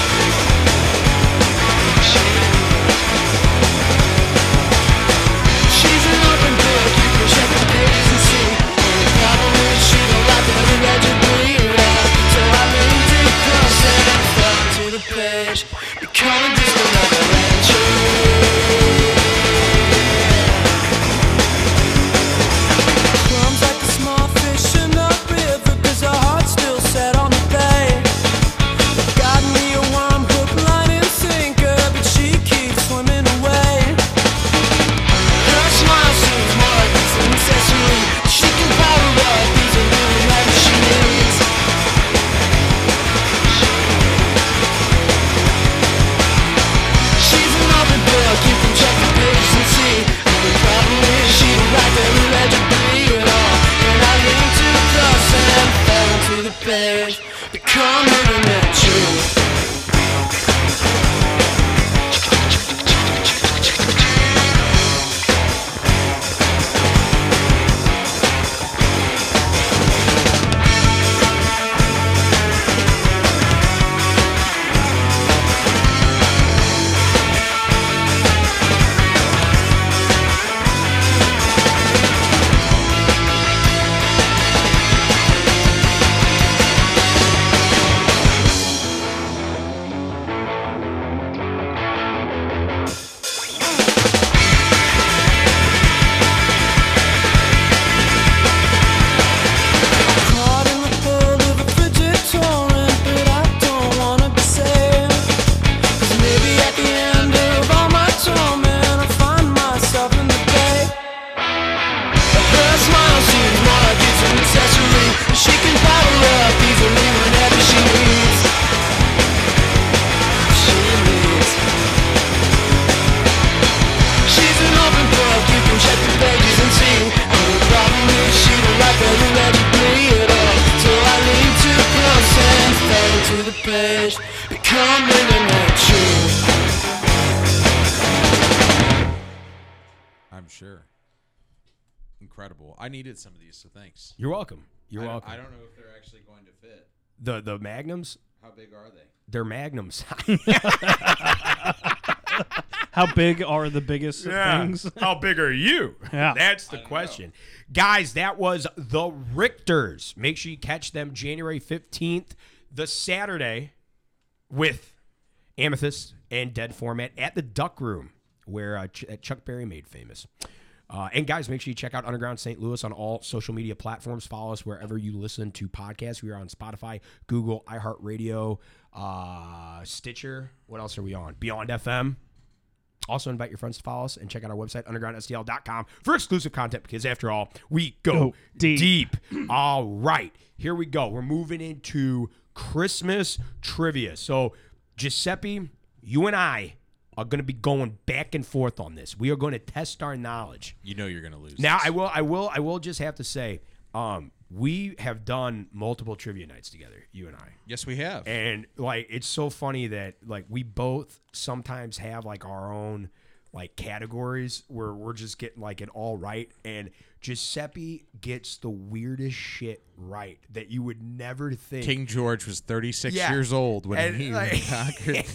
Speaker 3: incredible. I needed some of these, so thanks.
Speaker 1: You're welcome. You're
Speaker 3: I don't-
Speaker 1: welcome.
Speaker 3: I don't know if they're actually going to fit.
Speaker 1: the the magnums,
Speaker 3: How big are they?
Speaker 1: they're magnums.
Speaker 2: How big are the biggest things?
Speaker 1: How big are you?
Speaker 2: Yeah.
Speaker 1: That's the
Speaker 3: don't
Speaker 1: question. Guys, that was the Richters. Make sure you catch them January 15th, the Saturday, with Amethyst and Dead Format at the Duck Room, where uh, Ch- that Chuck Berry made famous. Uh, and guys, make sure you check out Underground St. Louis on all social media platforms. Follow us wherever you listen to podcasts. We are on Spotify, Google, iHeartRadio, uh, Stitcher. What else are we on? Beyond FM. Also, invite your friends to follow us and check out our website, undergroundstl.com, for exclusive content because, after all, we go
Speaker 2: Go deep.
Speaker 1: deep. all right, here we go. We're moving into Christmas trivia. So, Giuseppe, you and I are going to be going back and forth on this. We are going to test our knowledge.
Speaker 3: You know you're going to lose.
Speaker 1: Now, I will, I will, I will just have to say, um, we have done multiple trivia nights together, you and I.
Speaker 3: yes, we have.
Speaker 1: And like it's so funny that like we both sometimes have like our own like categories where we're just getting like it all right and Giuseppe gets the weirdest shit right that you would never think
Speaker 3: King George was 36
Speaker 1: Yeah.
Speaker 3: years old when
Speaker 1: And,
Speaker 3: he
Speaker 1: like-
Speaker 3: conquered.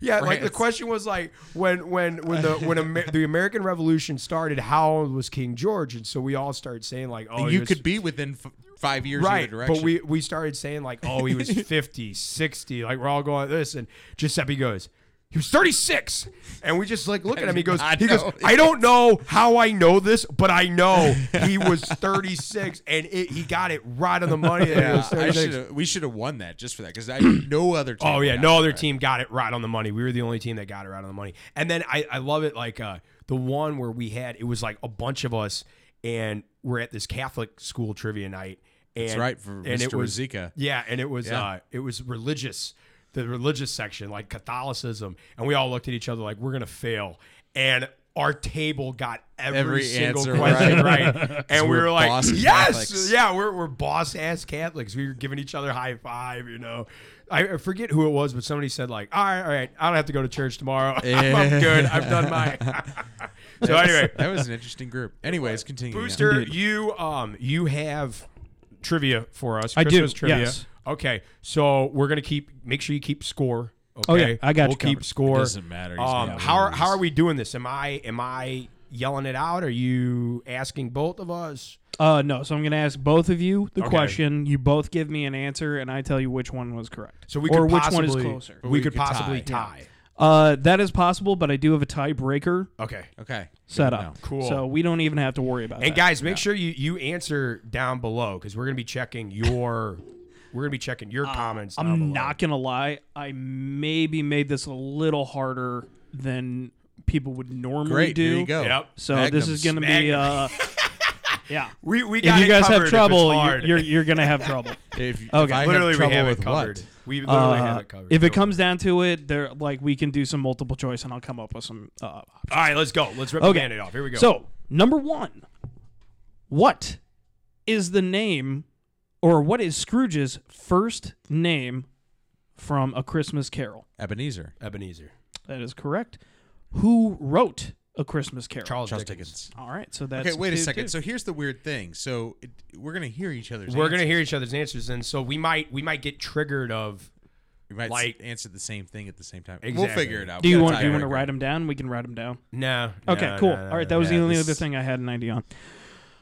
Speaker 1: yeah, like the
Speaker 3: France.
Speaker 1: question was like when when when the when Amer- the American Revolution started, how old was King George? And so we all started saying like, oh, he
Speaker 3: you
Speaker 1: was
Speaker 3: could be within f- five years
Speaker 1: right
Speaker 3: of the direction.
Speaker 1: but we we started saying like oh he was 50 60 like we're all going this and giuseppe goes he was 36 and we just like look at him he goes
Speaker 3: I
Speaker 1: he
Speaker 3: know.
Speaker 1: goes i don't know how i know this but i know he was 36 and it, he got it right on the money that he
Speaker 3: yeah,
Speaker 1: was
Speaker 3: Uh, I
Speaker 1: 36.
Speaker 3: should've- we should have won that just for that because I no other. Team
Speaker 1: Oh yeah,
Speaker 3: got
Speaker 1: no
Speaker 3: it
Speaker 1: other
Speaker 3: right.
Speaker 1: team got it right on the money. We were the only team that got it right on the money. And then I, I love it like uh, the one where we had it was like a bunch of us and we're at this Catholic school trivia night. And,
Speaker 3: That's right, for
Speaker 1: and it
Speaker 3: Mr.
Speaker 1: was
Speaker 3: Ruzicka.
Speaker 1: Yeah, and it was
Speaker 3: Yeah.
Speaker 1: uh, it was religious, the religious section like Catholicism, and we all looked at each other like we're gonna fail. And our table got every,
Speaker 3: Every
Speaker 1: single
Speaker 3: answer
Speaker 1: question
Speaker 3: right.
Speaker 1: right, and we
Speaker 3: we're
Speaker 1: were like,
Speaker 3: boss
Speaker 1: yes,
Speaker 3: Catholics.
Speaker 1: yeah, we're, we're boss ass Catholics. We were giving each other high five, you know. I I forget who it was, but somebody said like, "All right, all right, I don't have to go to church tomorrow. I'm good. I've done my." so anyway,
Speaker 3: that was an interesting group. Anyways, continue. yeah.
Speaker 1: Booster, you um you have trivia for us.
Speaker 2: I do,
Speaker 1: Christmas Trivia.
Speaker 2: yes.
Speaker 1: Okay, so we're gonna keep. Make sure you keep score. Okay?
Speaker 2: Oh, yeah, I got you
Speaker 1: We'll keep
Speaker 2: covered.
Speaker 1: score.
Speaker 3: It doesn't matter. He's
Speaker 1: Um,
Speaker 3: gonna
Speaker 1: how are,
Speaker 3: lose.
Speaker 1: how are we doing this? Am I am I yelling it out? Are you asking both of us?
Speaker 2: Uh, no. So I'm gonna ask both of you the
Speaker 1: Okay.
Speaker 2: question. You both give me an answer, and I tell you which one was correct.
Speaker 1: So we
Speaker 2: or
Speaker 1: could
Speaker 2: which
Speaker 1: possibly,
Speaker 2: one is closer.
Speaker 1: We,
Speaker 3: we
Speaker 1: could,
Speaker 3: could
Speaker 1: possibly tie.
Speaker 3: tie.
Speaker 2: Uh, that is possible, but I do have a tiebreaker
Speaker 1: Okay.
Speaker 3: Okay.
Speaker 2: set
Speaker 3: Good
Speaker 2: up.
Speaker 3: to know.
Speaker 1: Cool.
Speaker 2: So we don't even have to worry about
Speaker 1: And
Speaker 2: that.
Speaker 1: guys, make sure you you answer down below because we're gonna be checking your we're gonna be checking your comments. down
Speaker 2: I'm
Speaker 1: below.
Speaker 2: not gonna lie. I maybe made this a little harder than people would normally
Speaker 3: Great.
Speaker 2: do.
Speaker 3: Here you go.
Speaker 1: Yep.
Speaker 2: So this is
Speaker 3: Magnums.
Speaker 2: gonna be uh, yeah.
Speaker 1: We we
Speaker 2: If
Speaker 1: got
Speaker 2: you
Speaker 1: it
Speaker 2: guys
Speaker 1: covered
Speaker 2: have trouble,
Speaker 1: If it's
Speaker 2: you're,
Speaker 1: hard.
Speaker 2: you're you're gonna have trouble.
Speaker 3: If, if
Speaker 2: Okay.
Speaker 3: I have
Speaker 1: literally we
Speaker 3: trouble
Speaker 1: have it
Speaker 3: with
Speaker 1: covered.
Speaker 3: what?
Speaker 1: We literally
Speaker 2: Uh,
Speaker 1: have it covered.
Speaker 2: If it
Speaker 1: Don't worry.
Speaker 2: comes down to it, there like we can do some multiple choice, and I'll come up with some. Uh,
Speaker 1: all right, let's go. Let's rip the
Speaker 2: Okay.
Speaker 1: band-aid off. Here we go.
Speaker 2: so number one, what is the name, or what is Scrooge's first name from A Christmas Carol?
Speaker 3: Ebenezer.
Speaker 1: Ebenezer,
Speaker 2: That is correct. Who wrote A Christmas Carol?
Speaker 1: Charles,
Speaker 3: Charles
Speaker 1: Dickens.
Speaker 3: Dickens.
Speaker 2: All right, so that's
Speaker 3: Okay, wait a
Speaker 2: two,
Speaker 3: second.
Speaker 2: two.
Speaker 3: So here's the weird thing. So it, we're gonna hear each other's.
Speaker 1: We're
Speaker 3: answers.
Speaker 1: gonna hear each other's answers, and so we might we might get triggered of
Speaker 3: We might
Speaker 1: like-
Speaker 3: like, answer the same thing at the same time. We'll
Speaker 1: Exactly.
Speaker 3: figure it out.
Speaker 2: do you
Speaker 3: We got
Speaker 2: want
Speaker 3: a
Speaker 2: do you want to
Speaker 3: tiebreaker.
Speaker 2: write them down? We can write them down.
Speaker 1: no. no,
Speaker 2: Okay,
Speaker 1: no,
Speaker 2: cool.
Speaker 1: no,
Speaker 2: All right,
Speaker 1: no.
Speaker 2: that was
Speaker 3: yeah,
Speaker 2: the only
Speaker 3: this-
Speaker 2: other thing I had an idea on.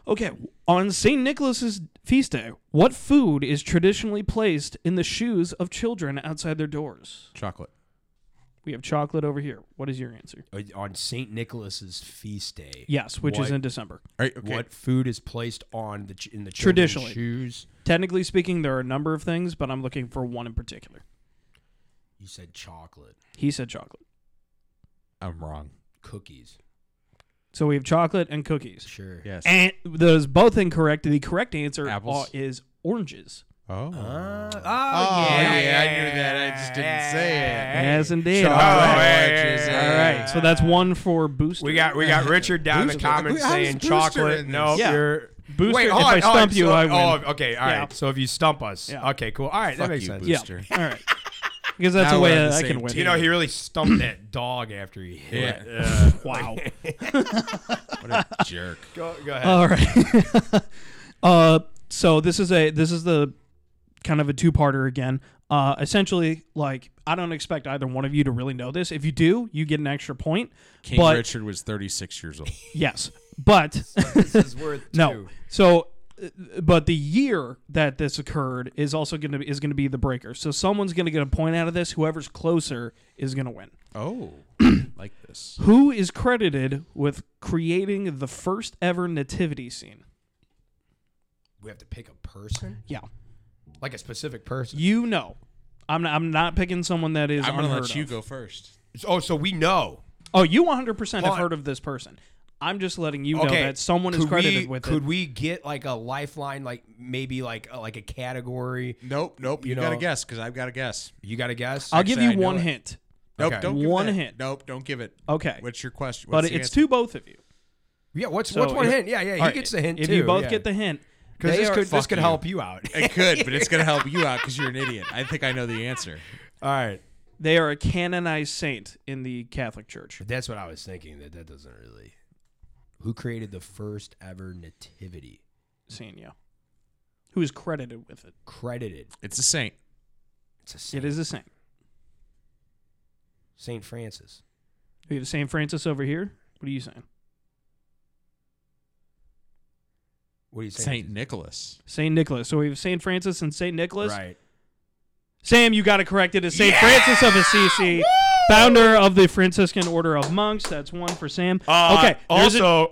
Speaker 2: Okay, on St. Nicholas's feast day, what food is traditionally placed in the shoes of children outside their doors?
Speaker 3: chocolate.
Speaker 2: We have chocolate over here. What is your answer?
Speaker 1: on Saint Nicholas's feast day.
Speaker 2: Yes, which
Speaker 1: What-
Speaker 2: is in December.
Speaker 3: All right. Okay.
Speaker 1: What food is placed on the ch- in the children's
Speaker 2: Traditionally.
Speaker 1: shoes?
Speaker 2: Technically speaking, there are a number of things, but I'm looking for one in particular.
Speaker 1: You said chocolate,
Speaker 2: He said chocolate.
Speaker 3: I'm wrong.
Speaker 1: cookies.
Speaker 2: So we have chocolate and cookies.
Speaker 1: Sure.
Speaker 3: Yes.
Speaker 2: And those both incorrect. The correct answer
Speaker 3: Apples?
Speaker 2: are- is oranges.
Speaker 3: oh.
Speaker 1: Uh, oh,
Speaker 3: Oh,
Speaker 1: yeah,
Speaker 3: yeah, I knew that. I just didn't say it.
Speaker 2: Yes, indeed.
Speaker 3: Chocolate
Speaker 2: All right.
Speaker 3: oranges,
Speaker 1: Oh, hey.
Speaker 2: All right. So that's one for Booster.
Speaker 1: We got we got Richard down in the
Speaker 3: Booster.
Speaker 1: comments
Speaker 3: Who- how's
Speaker 1: saying
Speaker 3: Booster
Speaker 1: chocolate.
Speaker 3: in
Speaker 1: No,
Speaker 3: this?
Speaker 2: Yeah.
Speaker 1: you're
Speaker 2: Booster,
Speaker 1: Wait,
Speaker 2: if
Speaker 1: hold
Speaker 2: I
Speaker 1: on, hold on.
Speaker 2: stump you,
Speaker 1: So-
Speaker 2: I win.
Speaker 1: Oh, okay, all right.
Speaker 2: Yeah.
Speaker 1: So if you stump us,
Speaker 2: Yeah.
Speaker 1: okay, cool. All right, that
Speaker 3: Fuck
Speaker 1: makes
Speaker 3: you,
Speaker 1: sense.
Speaker 3: Booster.
Speaker 2: Yeah. All right. because that's
Speaker 3: Now
Speaker 2: a
Speaker 3: we're
Speaker 2: way
Speaker 3: on the
Speaker 2: I
Speaker 3: same
Speaker 2: can win.
Speaker 3: team.
Speaker 1: You know, he really stumped that dog after he hit.
Speaker 3: Yeah.
Speaker 1: it.
Speaker 2: wow.
Speaker 3: What a jerk.
Speaker 1: Go, go ahead.
Speaker 2: All right. uh, so this is a this is the kind of a two parter again. Uh, essentially, like I don't expect either one of you to really know this. If you do, you get an extra point.
Speaker 3: King
Speaker 2: but
Speaker 3: Richard was 36 years old.
Speaker 2: yes, but
Speaker 1: this is worth
Speaker 2: no.
Speaker 1: two.
Speaker 2: So, uh, but the year that this occurred is also going to is going to be the breaker. So someone's going to get a point out of this. Whoever's closer is going to win.
Speaker 3: Oh, like this.
Speaker 2: Who is credited with creating the first ever nativity scene?
Speaker 1: We have to pick a person,
Speaker 2: Yeah.
Speaker 1: like a specific person.
Speaker 2: You know, I'm not, I'm not picking someone that is
Speaker 3: I'm gonna
Speaker 2: unheard
Speaker 3: let you
Speaker 2: of.
Speaker 3: go first.
Speaker 1: Oh, so we know.
Speaker 2: Oh, you 100 percent have
Speaker 1: But-
Speaker 2: heard of this person. I'm just letting you know
Speaker 1: Okay,
Speaker 2: that someone is
Speaker 1: could
Speaker 2: credited
Speaker 1: we,
Speaker 2: with
Speaker 1: Could
Speaker 2: it.
Speaker 1: we get like a lifeline, like maybe like a, like a category?
Speaker 3: Nope, nope. You,
Speaker 1: You
Speaker 3: gotta
Speaker 1: know-
Speaker 3: guess because I've got to guess.
Speaker 1: You got to guess.
Speaker 2: I'll give
Speaker 3: Actually,
Speaker 2: you
Speaker 3: I know
Speaker 2: one
Speaker 3: it.
Speaker 2: hint.
Speaker 3: Nope,
Speaker 1: Okay.
Speaker 3: don't give
Speaker 2: One
Speaker 3: that.
Speaker 2: hint.
Speaker 3: Nope, don't give it.
Speaker 2: Okay,
Speaker 3: What's your question?
Speaker 2: but
Speaker 3: What's the
Speaker 2: it's
Speaker 3: answer?
Speaker 2: to both of you.
Speaker 1: yeah. What's
Speaker 2: So
Speaker 1: what's one
Speaker 2: if-
Speaker 1: hint? Yeah, yeah. He
Speaker 2: All right,
Speaker 1: gets the hint
Speaker 2: If
Speaker 1: too.
Speaker 2: you both
Speaker 1: yeah.
Speaker 2: get the hint,
Speaker 1: because this
Speaker 3: They are-
Speaker 1: could this
Speaker 3: fuck
Speaker 1: could
Speaker 3: you.
Speaker 1: help you out.
Speaker 3: It could, but it's gonna help you out because you're an idiot. I think I know the answer.
Speaker 1: All right,
Speaker 2: they are a canonized saint in the Catholic Church.
Speaker 1: that's what I was thinking. That that doesn't really. Who created the first ever nativity?
Speaker 2: Seeing you, who is credited with it?
Speaker 1: Credited.
Speaker 3: It's a saint.
Speaker 1: It's a
Speaker 2: It
Speaker 1: saint,
Speaker 2: is a saint.
Speaker 1: Saint Francis.
Speaker 2: We have Saint Francis over here. What are you saying?
Speaker 1: What do you think?
Speaker 3: Saint Nicholas.
Speaker 2: Saint Nicholas. So we have Saint Francis and Saint Nicholas.
Speaker 1: Right.
Speaker 2: Sam, you got it corrected. It's St. Francis of Assisi, founder of the Franciscan Order of Monks. That's one for Sam.
Speaker 3: Uh,
Speaker 2: okay. there's a-
Speaker 1: Uh, Also,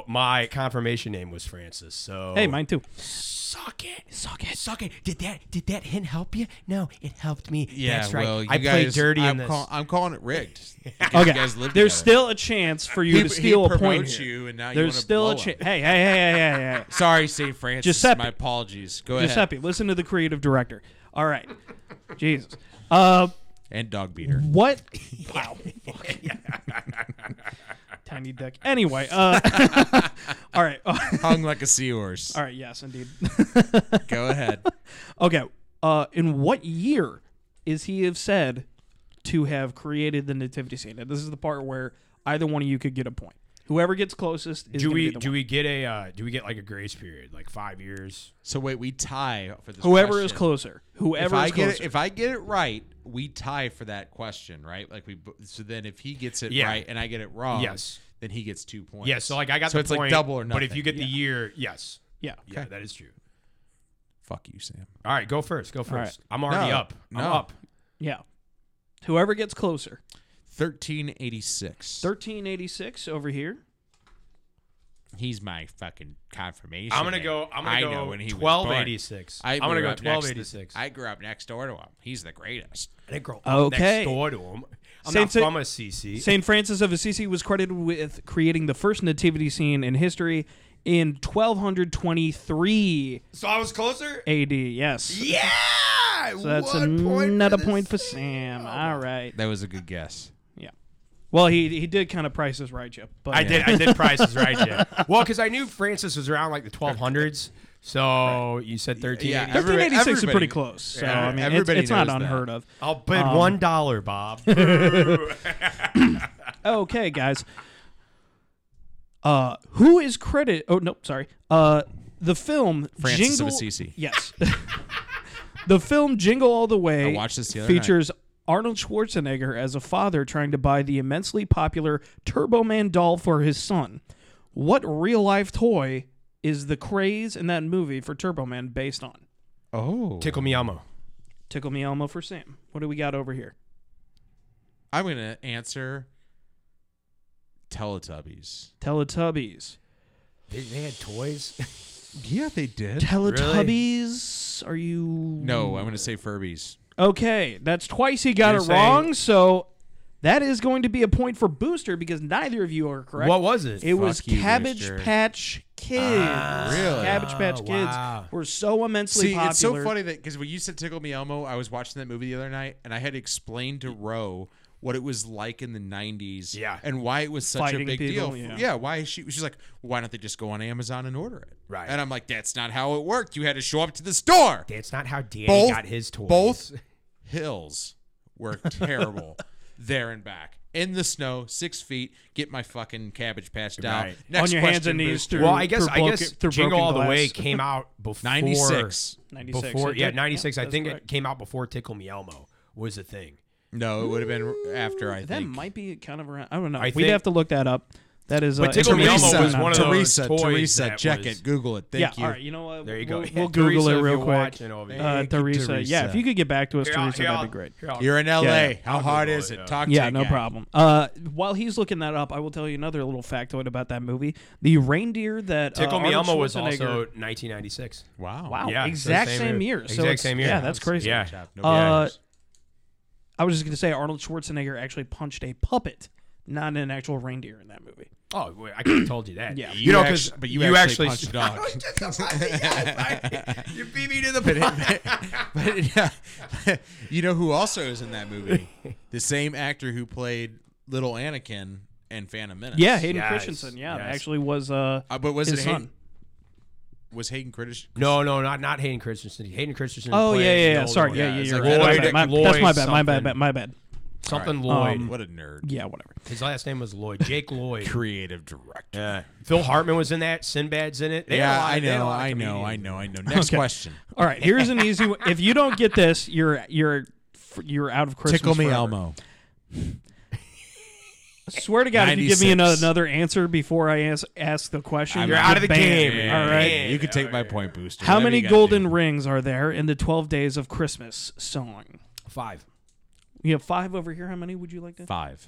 Speaker 1: also, my confirmation name was Francis. So
Speaker 2: hey, mine too.
Speaker 1: Suck it. Suck it. Suck it. Did that did that hint help you? No, it helped me.
Speaker 3: Yeah,
Speaker 1: That's right.
Speaker 3: well, you
Speaker 1: I played
Speaker 3: guys-
Speaker 1: dirty
Speaker 3: I'm
Speaker 1: in this.
Speaker 3: call- I'm calling it rigged. because
Speaker 2: Okay.
Speaker 3: you guys live
Speaker 2: There's
Speaker 3: together.
Speaker 2: still a chance for you
Speaker 3: He-
Speaker 2: to
Speaker 3: he
Speaker 2: steal a point.
Speaker 3: promotes
Speaker 2: here.
Speaker 3: you, and now you
Speaker 2: There's
Speaker 3: wanna
Speaker 2: still a
Speaker 3: blow
Speaker 2: chance.
Speaker 3: up.
Speaker 2: Hey, hey, hey, hey, hey, hey, hey.
Speaker 3: Sorry, Saint Francis.
Speaker 2: Giuseppe.
Speaker 3: My apologies. Go ahead.
Speaker 2: Giuseppe, listen to the creative director. All right. Jesus. Uh,
Speaker 3: And dog beater.
Speaker 2: what? Wow. Fuck. Tiny dick. Anyway. Uh, all right.
Speaker 3: Hung like a seahorse.
Speaker 2: all right. Yes, indeed.
Speaker 3: Go ahead.
Speaker 2: Okay. Uh, in what year is he have said to have created the nativity scene? Now, this is the part where either one of you could get a point. Whoever gets closest is
Speaker 1: do
Speaker 2: gonna
Speaker 1: we
Speaker 2: be the
Speaker 1: do
Speaker 2: one.
Speaker 1: we get a uh, do we get like a grace period like five years?
Speaker 3: So wait, we tie for this.
Speaker 2: whoever is
Speaker 3: question.
Speaker 2: closer.
Speaker 3: If
Speaker 2: Whoever
Speaker 3: I
Speaker 2: is
Speaker 3: get it,
Speaker 2: closer.
Speaker 3: if I get it right, we tie for that question, right? Like we. bo- So then, if he gets it
Speaker 1: Yeah.
Speaker 3: right and I get it wrong,
Speaker 1: Yes.
Speaker 3: then he gets two points.
Speaker 1: Yes. So like I got
Speaker 3: So
Speaker 1: the
Speaker 3: it's
Speaker 1: point,
Speaker 3: like double or nothing.
Speaker 1: But if you get the year, yes.
Speaker 2: yeah. Okay.
Speaker 1: Yeah, that is true.
Speaker 3: fuck you, Sam.
Speaker 1: All right, go first. Go
Speaker 2: right.
Speaker 1: first. I'm already
Speaker 3: No,
Speaker 1: up. I'm
Speaker 3: no.
Speaker 1: up.
Speaker 2: Yeah. Whoever gets closer.
Speaker 3: Thirteen eighty six.
Speaker 2: 1386 over here.
Speaker 3: He's my fucking confirmation.
Speaker 1: I'm gonna
Speaker 3: man.
Speaker 1: go. I'm gonna
Speaker 3: I
Speaker 1: go.
Speaker 3: know when he was born.
Speaker 1: 1286.
Speaker 3: I
Speaker 1: I'm gonna
Speaker 3: grew
Speaker 1: go
Speaker 3: up next to-
Speaker 1: 1286.
Speaker 3: I grew up next door to him. He's the greatest.
Speaker 1: I didn't grow up
Speaker 2: Okay.
Speaker 1: next door to him. I'm
Speaker 2: Same
Speaker 1: not
Speaker 2: thing-
Speaker 1: from a CC.
Speaker 2: St. Francis of Assisi was credited with creating the first nativity scene in history in 1223
Speaker 1: So I was closer.
Speaker 2: AD. Yes.
Speaker 1: Yeah.
Speaker 2: So that's
Speaker 1: One point
Speaker 2: another
Speaker 1: this
Speaker 2: point for Sam. All right.
Speaker 3: That was a good guess.
Speaker 2: Yeah. Well, he he did kind of price his right, Chip. But
Speaker 1: I did. I did prices right. Yeah. Well, because I knew Francis was around like the 1200s. So you said 13.
Speaker 3: Yeah, every-
Speaker 2: 1386 is
Speaker 3: Everybody-
Speaker 2: pretty close. So
Speaker 1: Yeah,
Speaker 2: I mean, it's,
Speaker 3: everybody
Speaker 2: it's not
Speaker 3: knows that.
Speaker 2: unheard of.
Speaker 1: I'll bid one dollar, Bob.
Speaker 2: Oh, Okay, guys. Uh, who is credit? Oh no, sorry. Uh, the film
Speaker 3: Francis of
Speaker 2: Jingle.
Speaker 3: Assisi.
Speaker 2: Yes. the film Jingle All the Way.
Speaker 3: I watched this the other night.
Speaker 2: features Arnold Schwarzenegger as a father trying to buy the immensely popular Turbo Man doll for his son. What real life toy is the craze in that movie for Turbo Man based on?
Speaker 3: Oh,
Speaker 1: Tickle me Elmo.
Speaker 2: Tickle Me Elmo for Sam. What do we got over here?
Speaker 3: I'm gonna answer Teletubbies.
Speaker 2: Teletubbies.
Speaker 1: They, they had toys.
Speaker 3: Yeah, they did.
Speaker 2: Teletubbies. Are you
Speaker 3: No, I'm gonna say Furbies.
Speaker 2: Okay, that's twice he got
Speaker 1: You're
Speaker 2: it wrong, so that is going to be a point for Booster because neither of you are correct.
Speaker 1: What was it?
Speaker 2: it was
Speaker 3: Fuck you,
Speaker 2: Cabbage
Speaker 3: Booster.
Speaker 2: Patch Kids.
Speaker 3: really?
Speaker 2: Cabbage Patch Kids
Speaker 1: Ah, Oh, wow.
Speaker 2: were so immensely
Speaker 3: See,
Speaker 2: popular.
Speaker 3: it's so funny that because when you said Tickle Me Elmo, I was watching that movie the other night, and I had explained to Ro what it was like in the '90s,
Speaker 1: Yeah.
Speaker 3: and why it was such
Speaker 2: Fighting
Speaker 3: a big
Speaker 2: people,
Speaker 3: deal.
Speaker 2: yeah.
Speaker 3: why she she's like, why don't they just go on Amazon and order it?
Speaker 1: Right.
Speaker 3: and I'm like, that's not how it worked. You had to show up to the store.
Speaker 1: That's not how Danny
Speaker 3: Both-
Speaker 1: got his toys.
Speaker 3: both hills were terrible there and back. In the snow, six feet, get my fucking cabbage patch down.
Speaker 1: Right.
Speaker 3: Next
Speaker 2: on your hands and
Speaker 3: question,
Speaker 2: knees
Speaker 3: Bruce.
Speaker 2: through.
Speaker 1: well, I guess
Speaker 2: through
Speaker 1: I
Speaker 2: broken-
Speaker 1: guess
Speaker 2: through
Speaker 1: Jingle
Speaker 2: broken
Speaker 1: All the
Speaker 2: glass.
Speaker 1: Way came out before
Speaker 3: 96.
Speaker 2: 96,
Speaker 1: Before
Speaker 2: it
Speaker 1: yeah,
Speaker 2: did.
Speaker 1: ninety six. I
Speaker 2: Yeah, that's
Speaker 1: think
Speaker 2: correct.
Speaker 1: it came out before Tickle Me Elmo was a thing.
Speaker 3: No, it would have been after I
Speaker 2: That
Speaker 3: think.
Speaker 2: might be kind of around. I don't know.
Speaker 1: I
Speaker 2: We'd
Speaker 1: think-
Speaker 2: have to look that up. That is. Uh,
Speaker 1: But Tickle Me
Speaker 2: information
Speaker 1: Elmo
Speaker 2: on
Speaker 1: was
Speaker 2: that.
Speaker 1: one of those
Speaker 3: Teresa,
Speaker 1: toys
Speaker 3: Teresa,
Speaker 1: that
Speaker 3: check
Speaker 1: was-
Speaker 3: it, Google it. Thank
Speaker 2: yeah.
Speaker 3: you.
Speaker 2: All right. You know what?
Speaker 1: There you go.
Speaker 2: we'll,
Speaker 1: Yeah,
Speaker 2: We'll Google
Speaker 1: Teresa,
Speaker 2: it
Speaker 1: if
Speaker 2: real
Speaker 1: you're
Speaker 2: quick.
Speaker 1: watching over
Speaker 2: Uh,
Speaker 3: Thank you,
Speaker 2: Teresa. Yeah. If
Speaker 3: Teresa.
Speaker 2: you could get back to us,
Speaker 1: Here, I'll-
Speaker 2: Teresa,
Speaker 1: here,
Speaker 2: that'd
Speaker 1: I'll-
Speaker 2: be great.
Speaker 1: here, I'll-
Speaker 3: You're in LA.
Speaker 2: Yeah.
Speaker 3: How hard is it?
Speaker 1: Yeah.
Speaker 3: Talk to
Speaker 2: Yeah,
Speaker 3: a
Speaker 2: no
Speaker 3: guy.
Speaker 2: problem. Uh, while he's looking that up, I will tell you another little factoid about that movie. The reindeer that
Speaker 1: Tickle
Speaker 2: uh,
Speaker 1: Me
Speaker 2: Arnold
Speaker 1: Elmo was
Speaker 2: Schwarzenegger-
Speaker 1: also nineteen ninety six.
Speaker 3: Wow.
Speaker 2: Wow,
Speaker 1: Yeah, so
Speaker 2: exact
Speaker 1: same
Speaker 2: same,
Speaker 1: year.
Speaker 2: year.
Speaker 1: Exact
Speaker 2: So it's-
Speaker 1: same year.
Speaker 2: Yeah, that's crazy.
Speaker 1: Yeah.
Speaker 2: Uh,
Speaker 3: cares.
Speaker 2: I was just gonna say Arnold Schwarzenegger actually punched a puppet, not an actual reindeer in that movie.
Speaker 1: Oh, wait, I could have told you that.
Speaker 2: Yeah.
Speaker 1: you, know, 'cause
Speaker 3: act- but you, actually, punched a
Speaker 1: I
Speaker 3: dog.
Speaker 1: was just about to- yeah, right. You beat me to the punch.
Speaker 3: but yeah, you know who also is in that movie? The same actor who played little Anakin and Phantom Menace.
Speaker 2: Yeah, Hayden
Speaker 1: Yes,
Speaker 2: Christensen. Yeah,
Speaker 1: yes.
Speaker 2: actually was. Uh,
Speaker 3: Uh, but was
Speaker 2: his
Speaker 3: it
Speaker 2: son.
Speaker 3: Hayden? Was Hayden Christensen?
Speaker 1: No, no, not not Hayden Christensen. Hayden Christensen.
Speaker 2: Oh
Speaker 1: plays
Speaker 2: yeah, yeah,
Speaker 1: the
Speaker 2: yeah.
Speaker 1: older
Speaker 2: Sorry,
Speaker 1: one.
Speaker 2: yeah, yeah,
Speaker 3: it's
Speaker 2: you're
Speaker 3: like
Speaker 1: Lloyd-
Speaker 2: right. my bad, my, that's my
Speaker 1: Lloyd
Speaker 2: bad, my bad,
Speaker 1: something.
Speaker 2: my bad.
Speaker 1: Something Lloyd.
Speaker 2: Um,
Speaker 3: What a nerd.
Speaker 2: Yeah, whatever.
Speaker 1: His last name was Lloyd. Jake Lloyd.
Speaker 3: Creative director. Yeah,
Speaker 1: Phil Hartman was in that. Sinbad's in it. They had a lot-
Speaker 3: I
Speaker 1: they had a
Speaker 3: know,
Speaker 1: lot of
Speaker 3: I know, I
Speaker 1: comedians.
Speaker 3: know, I know. Next
Speaker 2: Okay.
Speaker 3: question.
Speaker 2: All right, here's an easy. one. If you don't get this, you're you're you're out of Christmas.
Speaker 3: Tickle me,
Speaker 2: forever.
Speaker 3: Elmo.
Speaker 2: Swear to God, if you give me
Speaker 3: 96.
Speaker 2: another, another answer before I ask, ask the question,
Speaker 3: I'm
Speaker 1: You're out of the
Speaker 2: banned.
Speaker 1: game.
Speaker 2: All right.
Speaker 1: Yeah,
Speaker 3: you can take
Speaker 1: all
Speaker 3: my
Speaker 1: right.
Speaker 3: point, Booster.
Speaker 2: How
Speaker 3: Whatever
Speaker 2: many
Speaker 3: you gotta
Speaker 2: golden
Speaker 3: do.
Speaker 2: rings are there in the 12 Days of Christmas song?
Speaker 1: Five.
Speaker 2: You have five over here. How many would you like to?
Speaker 3: Five.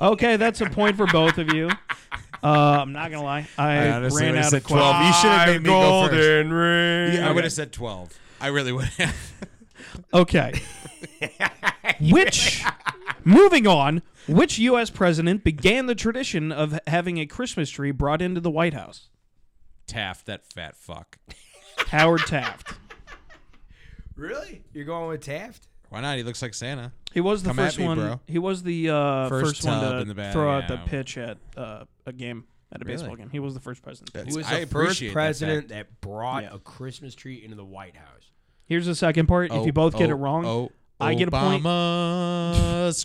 Speaker 2: Okay, that's a point for both of you. Uh, I'm not going to lie. I,
Speaker 3: honestly
Speaker 2: ran
Speaker 3: would've
Speaker 2: out
Speaker 3: said
Speaker 2: of questions.
Speaker 3: You should have made me go first.
Speaker 1: ring.
Speaker 3: I would have said twelve. I really would have.
Speaker 2: Okay. which, moving on, which U.S. president began the tradition of having a Christmas tree brought into the White House?
Speaker 3: Taft, that fat fuck.
Speaker 2: Howard Taft.
Speaker 1: Really? You're going with Taft?
Speaker 3: Why not? He looks like Santa.
Speaker 2: He was the
Speaker 3: Come at
Speaker 2: first
Speaker 3: me,
Speaker 2: one.
Speaker 3: bro.
Speaker 2: He was the uh,
Speaker 3: First
Speaker 2: first, one
Speaker 3: tub
Speaker 2: to
Speaker 3: in the bat,
Speaker 2: throw out the
Speaker 3: yeah.
Speaker 2: pitch at uh, a game at a baseball game. He was the first president.
Speaker 1: Who was
Speaker 3: I
Speaker 1: the first
Speaker 3: appreciate that
Speaker 1: president
Speaker 3: fact.
Speaker 1: that, brought
Speaker 2: Yeah.
Speaker 1: a Christmas tree into the White House?
Speaker 2: Here's the second part. if you both get it wrong,
Speaker 3: oh,
Speaker 2: I get a point.
Speaker 3: Obama's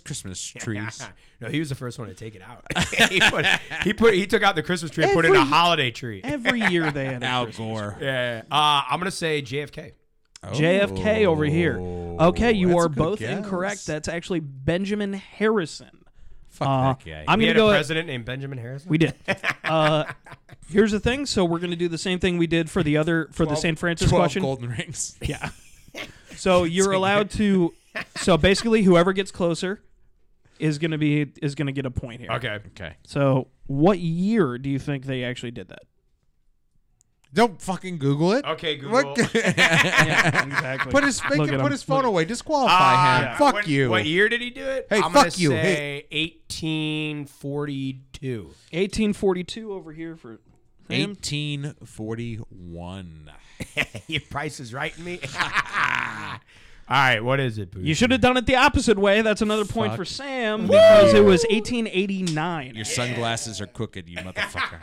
Speaker 3: Christmas trees.
Speaker 1: no, he was the first one to take it out. he, put, he put he took out the Christmas tree and put in a
Speaker 2: Every-
Speaker 1: holiday tree.
Speaker 2: every year they had a
Speaker 3: Al
Speaker 2: Christmas.
Speaker 3: Gore. Oh,
Speaker 1: Yeah. Uh, I'm gonna say JFK.
Speaker 2: JFK over here. Okay, you
Speaker 3: That's a
Speaker 2: are
Speaker 3: good
Speaker 2: both
Speaker 3: guess.
Speaker 2: incorrect. That's actually Benjamin Harrison.
Speaker 3: Fuck
Speaker 2: Uh,
Speaker 3: that guy.
Speaker 2: I'm
Speaker 1: We
Speaker 2: gonna
Speaker 1: had a
Speaker 2: go.
Speaker 1: president named Benjamin Harrison.
Speaker 2: we did. Uh, here's the thing. So we're gonna do the same thing we did for the other for the St. Francis
Speaker 3: Twelve
Speaker 2: question.
Speaker 3: golden rings.
Speaker 2: Yeah. So you're allowed to. So basically, whoever gets closer is gonna be is gonna get a point here.
Speaker 1: Okay.
Speaker 3: Okay.
Speaker 2: So what year do you think they actually did that?
Speaker 3: Don't fucking Google it.
Speaker 1: Okay, Google. Uh,
Speaker 3: What-
Speaker 2: Yeah, exactly.
Speaker 3: put his
Speaker 2: Look
Speaker 3: make
Speaker 2: at
Speaker 3: him,
Speaker 2: him.
Speaker 3: put his phone
Speaker 2: Look-
Speaker 3: away. Disqualify him.
Speaker 1: Uh,
Speaker 3: Fuck
Speaker 1: what-
Speaker 3: you.
Speaker 1: What year did he do it?
Speaker 3: Hey,
Speaker 1: I'm gonna
Speaker 3: fuck you.
Speaker 1: Say 1842.
Speaker 2: 1842 over here for Sam.
Speaker 3: 1841.
Speaker 1: Your price is right me. All right, what is it? Boo?
Speaker 2: You should have done it the opposite way. That's another point
Speaker 3: Fuck.
Speaker 2: for Sam because it was 1889.
Speaker 3: Your sunglasses are crooked, you motherfucker.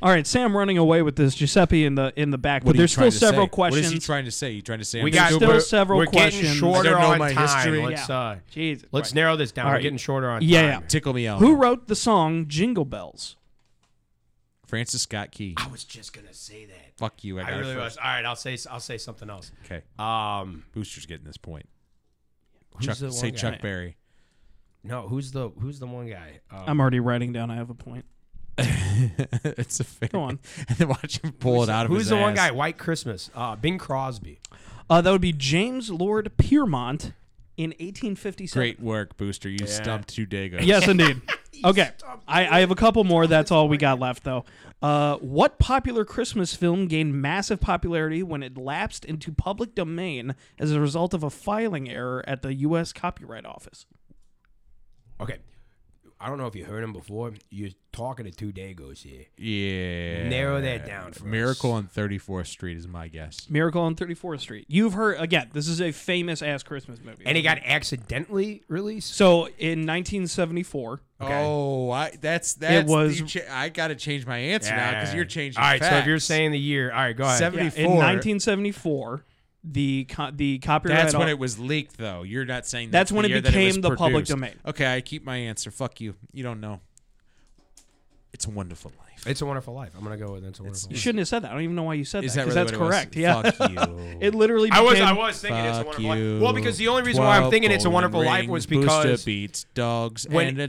Speaker 2: All right, Sam running away with this Giuseppe in the in the back,
Speaker 3: What
Speaker 2: but
Speaker 3: are you
Speaker 2: there's
Speaker 3: trying
Speaker 2: still
Speaker 3: to
Speaker 2: several
Speaker 3: say?
Speaker 2: questions.
Speaker 3: What is he trying to say? You trying to say
Speaker 1: we
Speaker 3: I'm
Speaker 1: got
Speaker 3: stupid?
Speaker 2: still several
Speaker 1: we're
Speaker 2: questions.
Speaker 1: Getting
Speaker 3: I
Speaker 1: shorter
Speaker 3: don't know
Speaker 1: on
Speaker 3: my
Speaker 1: time.
Speaker 3: history.
Speaker 1: Let's
Speaker 2: Yeah.
Speaker 1: uh,
Speaker 2: Jesus.
Speaker 1: let's
Speaker 2: Christ.
Speaker 1: narrow this down.
Speaker 2: All
Speaker 1: We're
Speaker 2: right.
Speaker 1: getting shorter on
Speaker 2: Yeah,
Speaker 1: time.
Speaker 2: yeah.
Speaker 3: Tickle me out.
Speaker 2: Who
Speaker 1: Uh-huh.
Speaker 2: wrote the song Jingle Bells?
Speaker 3: Francis Scott Key.
Speaker 1: I was just gonna say that.
Speaker 3: Fuck you. I,
Speaker 1: I
Speaker 3: got it
Speaker 1: really
Speaker 3: first.
Speaker 1: was. All right, I'll say I'll say something else.
Speaker 3: Okay.
Speaker 1: Um,
Speaker 3: Booster's getting this point.
Speaker 1: who's
Speaker 3: Chuck,
Speaker 1: the
Speaker 3: say
Speaker 1: one
Speaker 3: Chuck
Speaker 1: guy?
Speaker 3: Berry.
Speaker 1: No, who's the who's the one guy? Um,
Speaker 2: I'm already writing down. I have a point.
Speaker 3: it's a fair.
Speaker 2: Go on.
Speaker 3: and then watch him pull it out of
Speaker 1: who's
Speaker 3: his
Speaker 1: the one
Speaker 3: ass.
Speaker 1: guy? White Christmas. Uh, Bing Crosby.
Speaker 2: Uh, that would be James Lord Piermont in 1857.
Speaker 3: Great work, Booster. You stumped two Dagos.
Speaker 2: Yes, indeed. Okay, I, I have a couple more. That's all we got left, though. Uh, what popular Christmas film gained massive popularity when it lapsed into public domain as a result of a filing error at the U.S. Copyright Office?
Speaker 1: Okay, I don't know if you heard him before. You're talking to two Dagos here.
Speaker 3: Yeah.
Speaker 1: Narrow that down for
Speaker 3: Miracle
Speaker 1: us.
Speaker 3: on 34th Street is my guess.
Speaker 2: Miracle on 34th Street. You've heard again. This is a famous ass Christmas movie.
Speaker 1: And he got accidentally released.
Speaker 2: so in 1974.
Speaker 1: Okay.
Speaker 3: Oh, I, that's that's
Speaker 2: was-
Speaker 3: the cha- I got to change my answer now because you're changing.
Speaker 1: All right, so if you're
Speaker 3: facts.
Speaker 1: saying the year, all right, go ahead.
Speaker 2: Yeah,
Speaker 3: seventy
Speaker 2: in
Speaker 3: four,
Speaker 2: 1974, the co- the copyright.
Speaker 3: That's when
Speaker 2: on-
Speaker 3: it was leaked, though. You're not saying
Speaker 2: That's
Speaker 3: the
Speaker 2: when it
Speaker 3: year that was
Speaker 2: became the public
Speaker 3: produced.
Speaker 2: domain.
Speaker 3: Okay, I keep my answer. Fuck you. You don't know. It's a wonderful life.
Speaker 1: It's a Wonderful Life. I'm gonna go with It's a Wonderful
Speaker 2: You
Speaker 1: Life.
Speaker 2: shouldn't have said that. I don't even know why you said
Speaker 3: Is
Speaker 2: that.
Speaker 3: that
Speaker 2: 'cause
Speaker 3: really
Speaker 2: that's
Speaker 3: what it was?
Speaker 2: correct. Yeah.
Speaker 3: Fuck you.
Speaker 2: It literally.
Speaker 1: I
Speaker 2: Became,
Speaker 1: was I was thinking It's a
Speaker 3: Fuck
Speaker 1: Wonderful Life.
Speaker 3: you.
Speaker 1: Well, because the only reason why I'm
Speaker 3: Twelve
Speaker 1: thinking It's a
Speaker 3: golden
Speaker 1: Wonderful Life
Speaker 3: rings,
Speaker 1: was
Speaker 3: Booster
Speaker 1: because
Speaker 3: beats dogs
Speaker 1: when-
Speaker 3: and a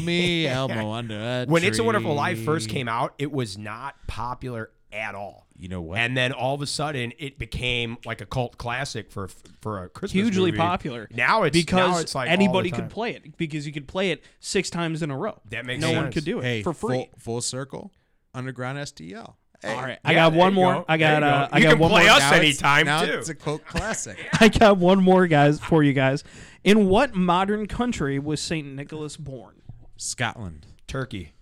Speaker 3: me Elmo under a
Speaker 1: when It's a Wonderful
Speaker 3: tree.
Speaker 1: Life first came out, it was not popular at all.
Speaker 3: You know what?
Speaker 1: And then all of a sudden, it became like a cult classic for for a Christmas
Speaker 2: hugely
Speaker 1: movie.
Speaker 2: popular.
Speaker 1: Now it's
Speaker 2: because
Speaker 1: now it's like all the
Speaker 2: anybody could
Speaker 1: time.
Speaker 2: play it because you could play it six times in a row.
Speaker 1: That makes
Speaker 2: no one
Speaker 1: sense.
Speaker 2: could do it
Speaker 3: hey,
Speaker 2: for free.
Speaker 3: Full, full circle, underground STL. Hey,
Speaker 2: All right, I
Speaker 1: Yeah,
Speaker 2: got
Speaker 1: there
Speaker 2: one
Speaker 1: you
Speaker 2: more.
Speaker 1: go.
Speaker 2: I got
Speaker 1: There you
Speaker 2: uh,
Speaker 1: go.
Speaker 2: I
Speaker 1: You
Speaker 2: got
Speaker 1: can
Speaker 2: one
Speaker 1: play
Speaker 2: more.
Speaker 1: us
Speaker 3: now it's-
Speaker 1: anytime,
Speaker 3: now
Speaker 1: too.
Speaker 3: It's a cult classic.
Speaker 2: I got one more, guys, for you guys. In what modern country was Saint Nicholas born?
Speaker 3: Scotland.
Speaker 1: Turkey.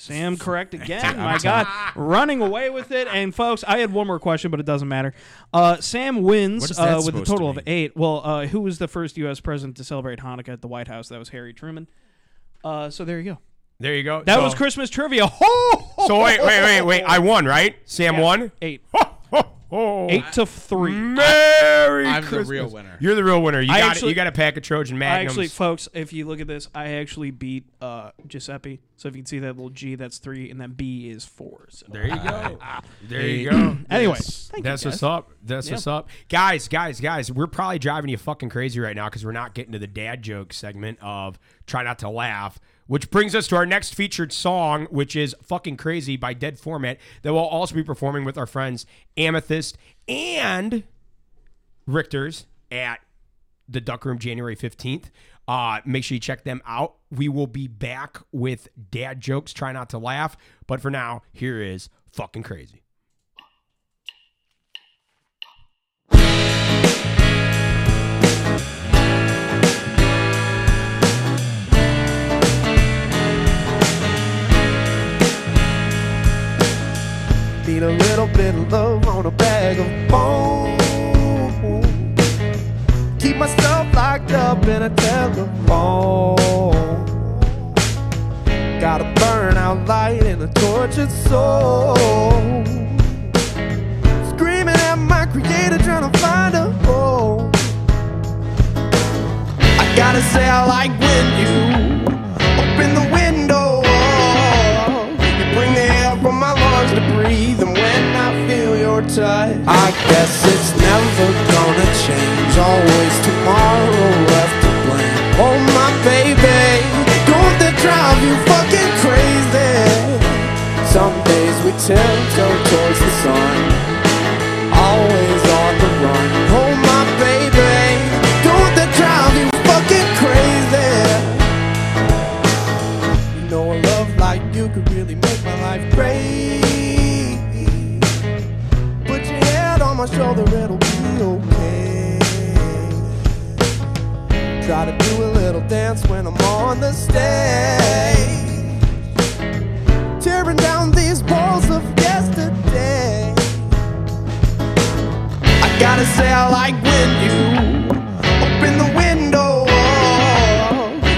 Speaker 2: Sam, correct again. My God, running away with it. And folks, I had one more question, but it doesn't matter. Uh, Sam
Speaker 3: What
Speaker 2: wins
Speaker 3: is that
Speaker 2: uh, with a
Speaker 3: supposed to
Speaker 2: total of
Speaker 3: mean?
Speaker 2: eight. Well, uh, who was the first U.S. president to celebrate Hanukkah at the White House? That was Harry Truman. Uh, so there you go.
Speaker 1: There you go.
Speaker 2: That
Speaker 1: So-
Speaker 2: was Christmas trivia. Ho!
Speaker 1: So wait, wait, wait, wait. I won, right? Sam won.
Speaker 2: Eight.
Speaker 1: Ho, ho.
Speaker 2: Eight to three.
Speaker 1: Mm-hmm. Merry
Speaker 3: I'm the
Speaker 1: Christmas.
Speaker 3: real winner.
Speaker 1: You're the real winner. You
Speaker 2: I
Speaker 1: got
Speaker 2: actually-
Speaker 1: you got a pack of Trojan
Speaker 2: I
Speaker 1: Magnums.
Speaker 2: actually, folks, if you look at this, I actually beat uh, Giuseppe. So if you can see that little G, that's three, and that B is four. So.
Speaker 1: there you go.
Speaker 3: Ah.
Speaker 1: there you go.
Speaker 2: Anyway, thank
Speaker 1: That's
Speaker 2: you
Speaker 1: what's
Speaker 2: guys.
Speaker 1: up. That's what's up, guys, guys, guys. We're probably driving you fucking crazy right now because we're not getting to the dad joke segment of try not to laugh, which brings us to our next featured song, which is "Fucking Crazy" by Dead Format, that we'll also be performing with our friends Amethyst and Richter's at the Duck Room January 15th. Uh, make sure you check them out. We will be back with dad jokes. Try not to laugh. But for now, here is fucking crazy.
Speaker 4: Need a little bit of love on a bag of bones. Keep myself locked up in a telephone. Got a burnout light and a tortured soul. Screaming at my creator, trying to find a home. I gotta say, I like when you open the window. You bring the air from my lungs to breathe, and when I feel your touch, I guess it's never gonna change. Always tomorrow left to blame. Oh, my baby, don't that drive you fucking crazy? Some days we tiptoe towards the sun always on the run. Oh my baby, don't that drive you fucking crazy? You know a love like you could really make my life great. Put your head on my shoulder, it'll be okay. Try to do a little dance when I'm on the stage. Tearing down these walls of yesterday. I gotta say I like when you open the window.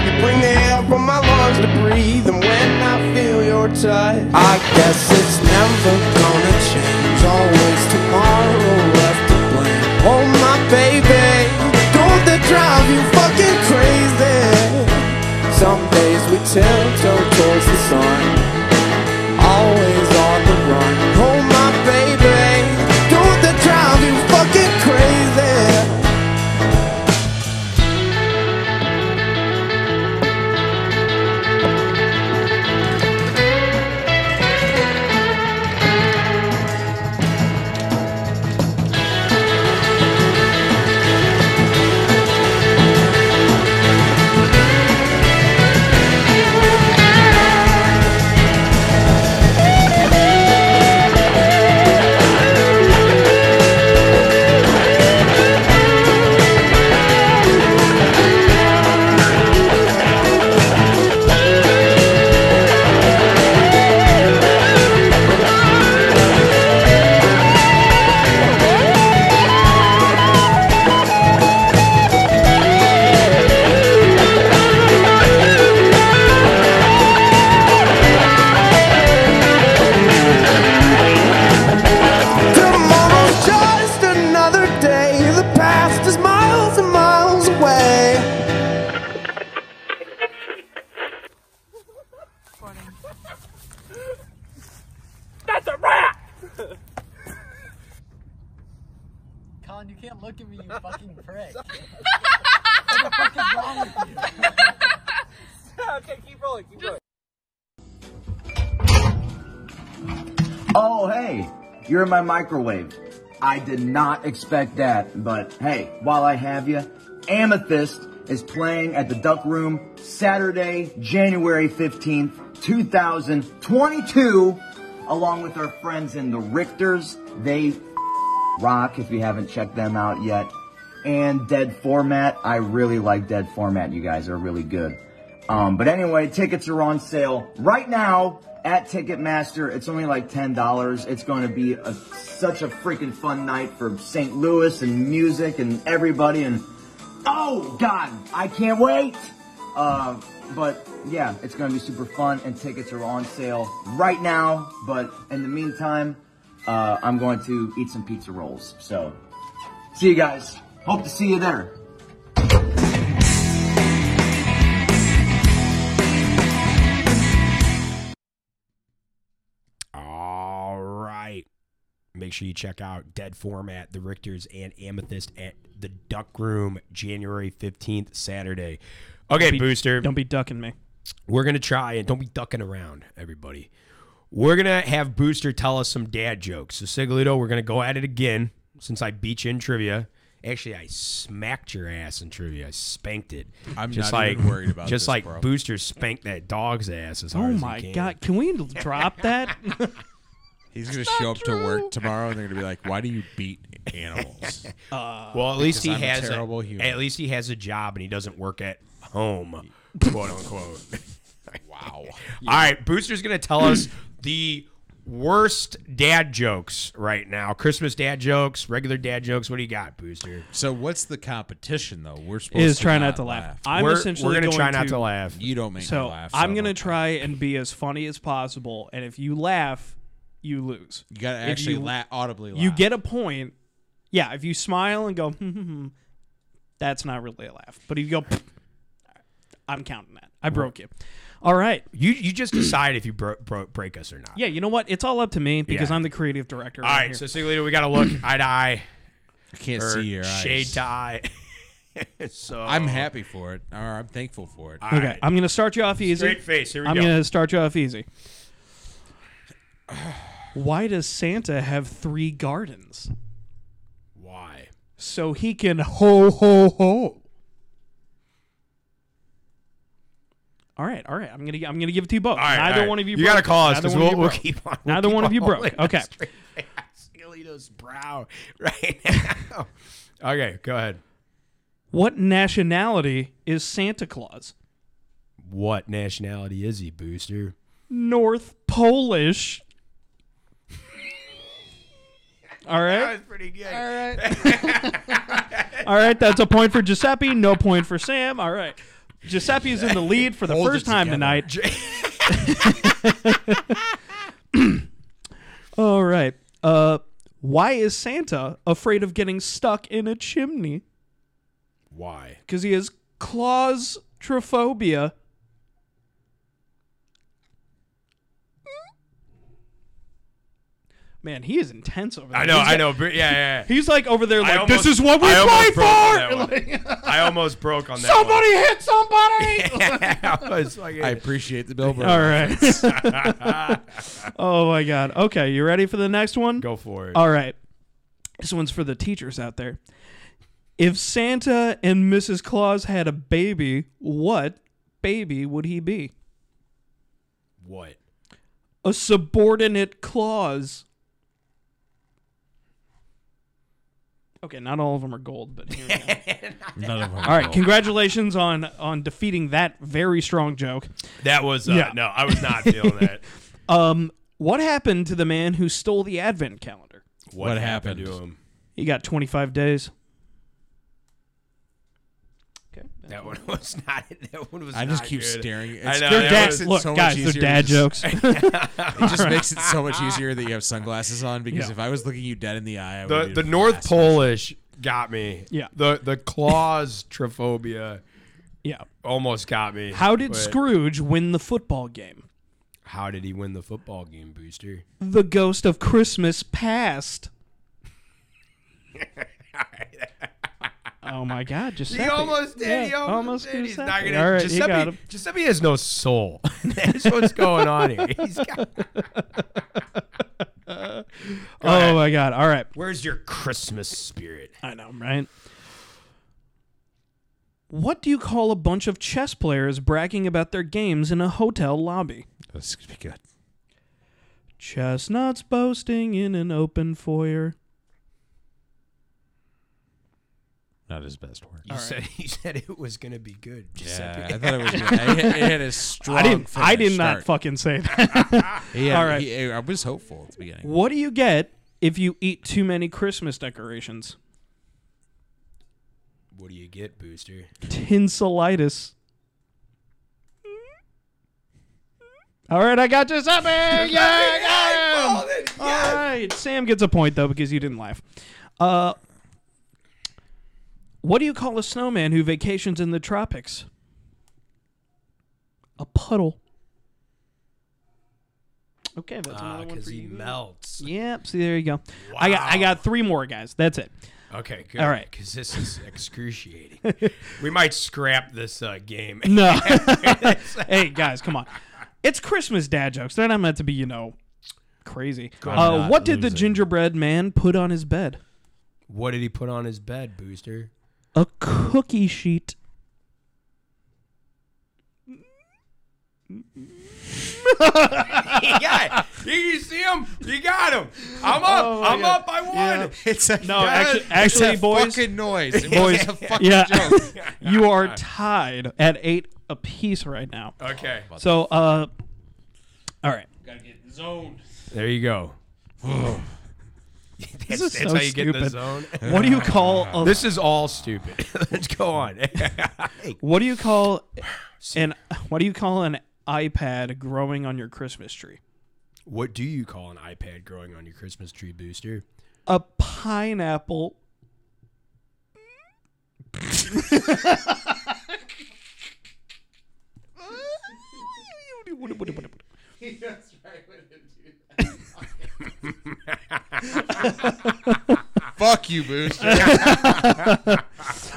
Speaker 4: You bring the air from my lungs to breathe, and when I feel your touch, I guess it's never gonna change. Always tomorrow left to blame. Oh my baby, don't that drive you fucking crazy? Some days we tiptoe towards the sun always on the run. Oh my baby, don't that drive you fucking crazy?
Speaker 5: Thank Sean. You can't look at me, you fucking prick. what the fuck is wrong with you?
Speaker 6: okay, keep rolling. Keep rolling.
Speaker 7: Oh, hey, you're in my microwave. I did not expect that, but hey, while I have you, Amethyst is playing at the Duck Room Saturday, January 15th, 2022, along with our friends in the Richters. They rock if you haven't checked them out yet. And Dead Format. I really like Dead Format. You guys are really good. Um, but anyway, tickets are on sale right now at Ticketmaster. It's only like $10. It's going to be a, such a freaking fun night for St. Louis and music and everybody. And oh, God, I can't wait. Uh, but yeah, it's going to be super fun. And tickets are on sale right now. But in the meantime, uh, I'm going to eat some pizza rolls. So, see you guys. Hope to see you there.
Speaker 1: All right. Make sure you check out Dead Format, The Richters, and Amethyst at the Duck Room, January 15th, Saturday. Okay, Booster.
Speaker 2: Don't be ducking me.
Speaker 1: We're going to try and don't be ducking around, everybody. We're going to have Booster tell us some dad jokes. So, Sigalito, we're going to go at it again since I beat you in trivia. Actually, I smacked your ass in trivia. I spanked it.
Speaker 3: I'm not even worried about
Speaker 1: Just
Speaker 3: this,
Speaker 1: like
Speaker 3: bro.
Speaker 1: Booster spanked that dog's ass as
Speaker 2: Oh
Speaker 1: hard as he
Speaker 2: my
Speaker 1: can.
Speaker 2: god, can we drop that?
Speaker 3: He's gonna show up to work tomorrow, and they're gonna be like, "Why do you beat animals?"
Speaker 1: Well, at least he
Speaker 3: because I'm a
Speaker 1: has
Speaker 3: terrible human.
Speaker 1: At least he has a job and he doesn't work at home, quote unquote.
Speaker 3: wow.
Speaker 1: All right, Booster's gonna tell us the worst dad jokes right now. Christmas dad jokes, regular dad jokes. What do you got, Booster?
Speaker 3: So what's the competition though? We're supposed
Speaker 2: Is
Speaker 3: to
Speaker 2: try not to laugh. I'm
Speaker 1: we're,
Speaker 2: essentially
Speaker 1: we're gonna
Speaker 2: going
Speaker 1: try not to laugh.
Speaker 3: You don't make
Speaker 2: So
Speaker 3: me laugh.
Speaker 2: I'm
Speaker 3: so
Speaker 2: gonna
Speaker 3: don't-
Speaker 2: try and be as funny as possible, and if you laugh, you lose.
Speaker 3: You gotta
Speaker 2: if
Speaker 3: actually
Speaker 2: you-
Speaker 3: la- audibly laugh.
Speaker 2: You get a point. Yeah, if you smile and go, hmm, hmm, hmm, that's not really a laugh. But if you go, I'm counting that. I broke you. All right.
Speaker 1: You you just decide if you bro- bro- break us or not.
Speaker 2: Yeah, you know what? It's all up to me because
Speaker 1: Yeah.
Speaker 2: I'm the creative director.
Speaker 1: All right, so Sigalito, we gotta look eye to eye
Speaker 3: I can't
Speaker 1: or
Speaker 3: see your eyes.
Speaker 1: shade to eye. so
Speaker 3: I'm happy for it, or I'm thankful for it.
Speaker 1: all
Speaker 2: okay,
Speaker 1: right.
Speaker 2: I'm gonna start you off easy.
Speaker 1: Straight face. Here we
Speaker 2: I'm
Speaker 1: go.
Speaker 2: gonna start you off easy. Why does Santa have three gardens?
Speaker 1: Why?
Speaker 2: So he can ho ho ho. All right, all right. I'm gonna I'm gonna give it to you both.
Speaker 1: All right,
Speaker 2: neither
Speaker 1: all right.
Speaker 2: one of you.
Speaker 1: You
Speaker 2: broke.
Speaker 1: gotta call us
Speaker 2: Neither
Speaker 1: because
Speaker 2: one of
Speaker 1: we'll, we'll
Speaker 2: you broke.
Speaker 1: keep on.
Speaker 2: Neither one of you broke.
Speaker 1: rolling
Speaker 2: Okay.
Speaker 1: this straight past Scalito's brow right now. okay, go ahead.
Speaker 2: What nationality is Santa Claus?
Speaker 1: What nationality is he, Booster?
Speaker 2: North Polish. All
Speaker 1: That
Speaker 2: right,
Speaker 1: was pretty good.
Speaker 2: all right. That's a point for Giuseppe. No point for Sam. All right. Giuseppe is in the lead for the
Speaker 3: Hold it
Speaker 2: first time
Speaker 3: together.
Speaker 2: tonight. All right. Uh, why is Santa afraid of getting stuck in a chimney?
Speaker 1: Why?
Speaker 2: Because he has claustrophobia. Man, he is intense over there.
Speaker 1: I know,
Speaker 2: He's
Speaker 1: I
Speaker 2: got-
Speaker 1: know. but- Yeah, yeah. yeah.
Speaker 2: He's like over there, like
Speaker 1: I almost-
Speaker 2: this is what we
Speaker 1: I
Speaker 2: play
Speaker 1: almost
Speaker 2: for.
Speaker 1: broke on
Speaker 2: Like,
Speaker 1: I almost broke on that.
Speaker 2: somebody hit somebody.
Speaker 1: One. I was fucking-
Speaker 3: I appreciate the billboard.
Speaker 2: All right. oh my god. Okay, you ready for the next one?
Speaker 1: Go for it.
Speaker 2: All right. This one's for the teachers out there. If Santa and Mrs. Claus had a baby, what baby would he be?
Speaker 1: what?
Speaker 2: A subordinate clause. Okay, not all of them are gold, but here we go.
Speaker 3: None of them.
Speaker 2: all right, congratulations on on defeating that very strong joke.
Speaker 1: That was uh,
Speaker 2: Yeah.
Speaker 1: no. I was not feeling that.
Speaker 2: Um, what happened to the man who stole the advent calendar?
Speaker 1: What,
Speaker 3: What
Speaker 1: happened?
Speaker 3: happened?
Speaker 1: to him?
Speaker 2: He got 25 days. Okay.
Speaker 1: That one was not. That one was.
Speaker 3: I just
Speaker 1: not
Speaker 3: keep
Speaker 1: good.
Speaker 3: staring. It's,
Speaker 1: I know,
Speaker 3: It
Speaker 2: They're
Speaker 1: that
Speaker 2: dad,
Speaker 1: was-
Speaker 3: it
Speaker 2: look,
Speaker 3: so much
Speaker 2: guys, they're
Speaker 3: easier
Speaker 2: dad
Speaker 3: to just-
Speaker 2: jokes.
Speaker 3: just makes it so much easier that you have sunglasses on because if I was looking you dead in the eye, I
Speaker 1: the
Speaker 3: would
Speaker 1: the North Polish got me.
Speaker 2: Yeah.
Speaker 1: The the claustrophobia
Speaker 2: yeah.
Speaker 1: almost got me.
Speaker 2: How did
Speaker 1: but
Speaker 2: Scrooge win the football game?
Speaker 1: How did he win the football game, Booster?
Speaker 2: The ghost of Christmas past. Oh my God, Giuseppe.
Speaker 1: He almost did.
Speaker 2: Yeah,
Speaker 1: he almost, did. He's
Speaker 2: Giuseppe.
Speaker 1: not gonna.
Speaker 2: All right, he
Speaker 1: Giuseppe,
Speaker 2: got him.
Speaker 1: Giuseppe has no soul. That's what's going on here. He's got,
Speaker 2: Oh my God. All right.
Speaker 1: where's your Christmas spirit?
Speaker 2: I know, right? What do you call a bunch of chess players bragging about their games in a hotel lobby?
Speaker 3: This could be good.
Speaker 2: Chestnuts boasting in an open foyer.
Speaker 3: Not his best work.
Speaker 1: You said you said it was gonna be good. Giuseppe.
Speaker 3: Yeah, I thought it was. Good. I- It had a strong.
Speaker 2: I didn't. I
Speaker 3: finish
Speaker 2: did not
Speaker 3: start.
Speaker 2: fucking say that.
Speaker 3: Yeah,
Speaker 2: All right.
Speaker 3: he- I was hopeful at the beginning.
Speaker 2: what do you get if you eat too many Christmas decorations?
Speaker 1: What do you get, Booster?
Speaker 2: Tinselitis. All right, I got this up here. Yeah, I got him. All right, Sam gets a point though because you didn't laugh. Uh, what do you call a snowman who vacations in the tropics? A puddle. Okay, that's another one
Speaker 1: Because
Speaker 2: for
Speaker 1: Ah, he
Speaker 2: you.
Speaker 1: melts.
Speaker 2: Yep. See, there you go. I got I got three more guys. That's it.
Speaker 1: Okay, good.
Speaker 2: All right.
Speaker 1: because this is excruciating. we might scrap this uh, game.
Speaker 2: No. hey guys, come on. It's Christmas dad jokes. They're not meant to be, you know, crazy. Uh,
Speaker 3: not
Speaker 2: what did the
Speaker 3: losing.
Speaker 2: gingerbread man put on his bed?
Speaker 1: What did he put on his bed, Booster?
Speaker 2: A cookie sheet.
Speaker 1: You got it. You see him? You got him. I'm up. I'm up. I won.
Speaker 3: It's a,
Speaker 2: Oh No, actu- actually,
Speaker 3: it's a
Speaker 2: boys-
Speaker 3: fucking noise. It
Speaker 2: boys-
Speaker 3: was a fucking
Speaker 2: Yeah.
Speaker 3: joke.
Speaker 2: you are tied at eight apiece right now.
Speaker 1: Okay.
Speaker 2: So, uh, all right.
Speaker 3: Gotta get zoned.
Speaker 1: There you go. that's
Speaker 2: This is
Speaker 1: that's
Speaker 2: so
Speaker 1: how you get in the
Speaker 2: stupid.
Speaker 1: zone.
Speaker 2: What do you call a,
Speaker 1: this is all stupid. Let's go on.
Speaker 2: what do you call an what do you call an iPad growing on your Christmas tree?
Speaker 1: what do you call an iPad growing on your Christmas tree, Booster?
Speaker 2: A pineapple.
Speaker 3: Fuck you, Booster.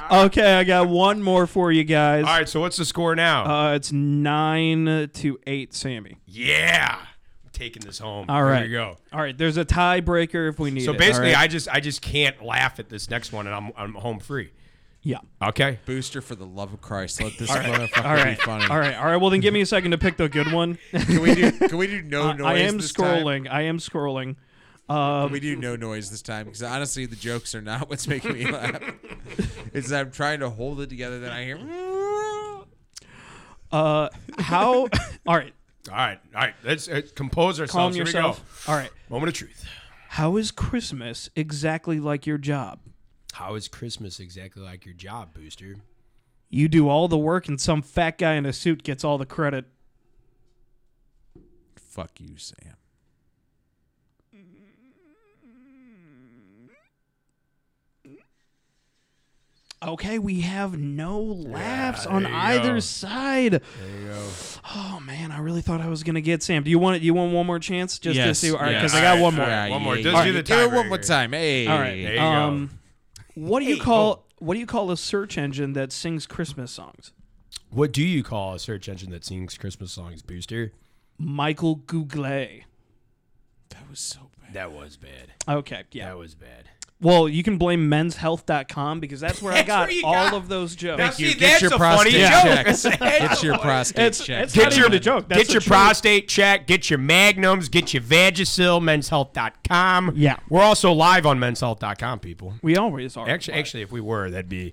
Speaker 2: Okay, I got one more for you guys.
Speaker 1: All right. So what's the score now?
Speaker 2: Uh, it's nine to eight, Sammy.
Speaker 1: yeah. I'm taking this home.
Speaker 2: All right,
Speaker 1: Here we go.
Speaker 2: All right, there's a tiebreaker if we need
Speaker 1: So
Speaker 2: it.
Speaker 1: basically, I just I just can't laugh at this next one, and I'm I'm home free.
Speaker 2: yeah.
Speaker 1: Okay.
Speaker 3: Booster, for the love of Christ, let this motherfucker
Speaker 2: All right,
Speaker 3: be funny.
Speaker 2: all right, all right. Well, then give me a second to pick the good one.
Speaker 3: Can we do? Can we do no noise?
Speaker 2: I am
Speaker 3: this time?
Speaker 2: scrolling. I am scrolling.
Speaker 3: Can we do no noise this time? Because honestly, the jokes are not what's making me laugh. it's that I'm trying to hold it together. Then I hear. "Mm,
Speaker 2: Uh, how? all right,
Speaker 1: All right. All right. Let's uh, compose
Speaker 2: calm
Speaker 1: ourselves. Here
Speaker 2: yourself. All right.
Speaker 1: we go. Moment of truth.
Speaker 2: How is Christmas exactly like your job?
Speaker 1: How is Christmas exactly like your job, Booster?
Speaker 2: You do all the work, and some fat guy in a suit gets all the credit.
Speaker 3: Fuck you, Sam.
Speaker 2: Okay, we have no laughs on either
Speaker 1: go.
Speaker 2: side.
Speaker 1: There you go.
Speaker 2: Oh man, I really thought I was gonna get Sam. Do you want? Do you want one more chance? Just
Speaker 3: Yes,
Speaker 2: to see. All right,
Speaker 3: yes.
Speaker 2: because I got
Speaker 1: All right,
Speaker 2: one more.
Speaker 1: all right. one more. Just do the
Speaker 3: Do it one
Speaker 1: tiebreaker.
Speaker 3: more time. Hey.
Speaker 2: All right.
Speaker 1: There you oh. go.
Speaker 2: um, What do you call? What do you call a search engine that sings Christmas songs?
Speaker 1: What do you call a search engine that sings Christmas songs, Booster?
Speaker 2: Michael Google.
Speaker 3: That was so bad.
Speaker 1: That was bad.
Speaker 2: Okay, yeah.
Speaker 1: was bad.
Speaker 2: Well, you can blame men'shealth.com because that's where I
Speaker 1: That's
Speaker 2: got
Speaker 1: where you
Speaker 2: all
Speaker 1: got-
Speaker 2: of those jokes.
Speaker 1: Thank you.
Speaker 3: Get your prostate checked. Get your prostate
Speaker 2: It's-
Speaker 3: checked.
Speaker 2: it's not even a joke. That's
Speaker 1: get
Speaker 2: the
Speaker 1: your
Speaker 2: truth.
Speaker 1: prostate check. Get your magnums. Get your Vagisil. Menshealth.com.
Speaker 2: Yeah.
Speaker 1: We're also live on menshealth.com, people.
Speaker 2: We always are.
Speaker 1: Actually, actually, if we were, that'd be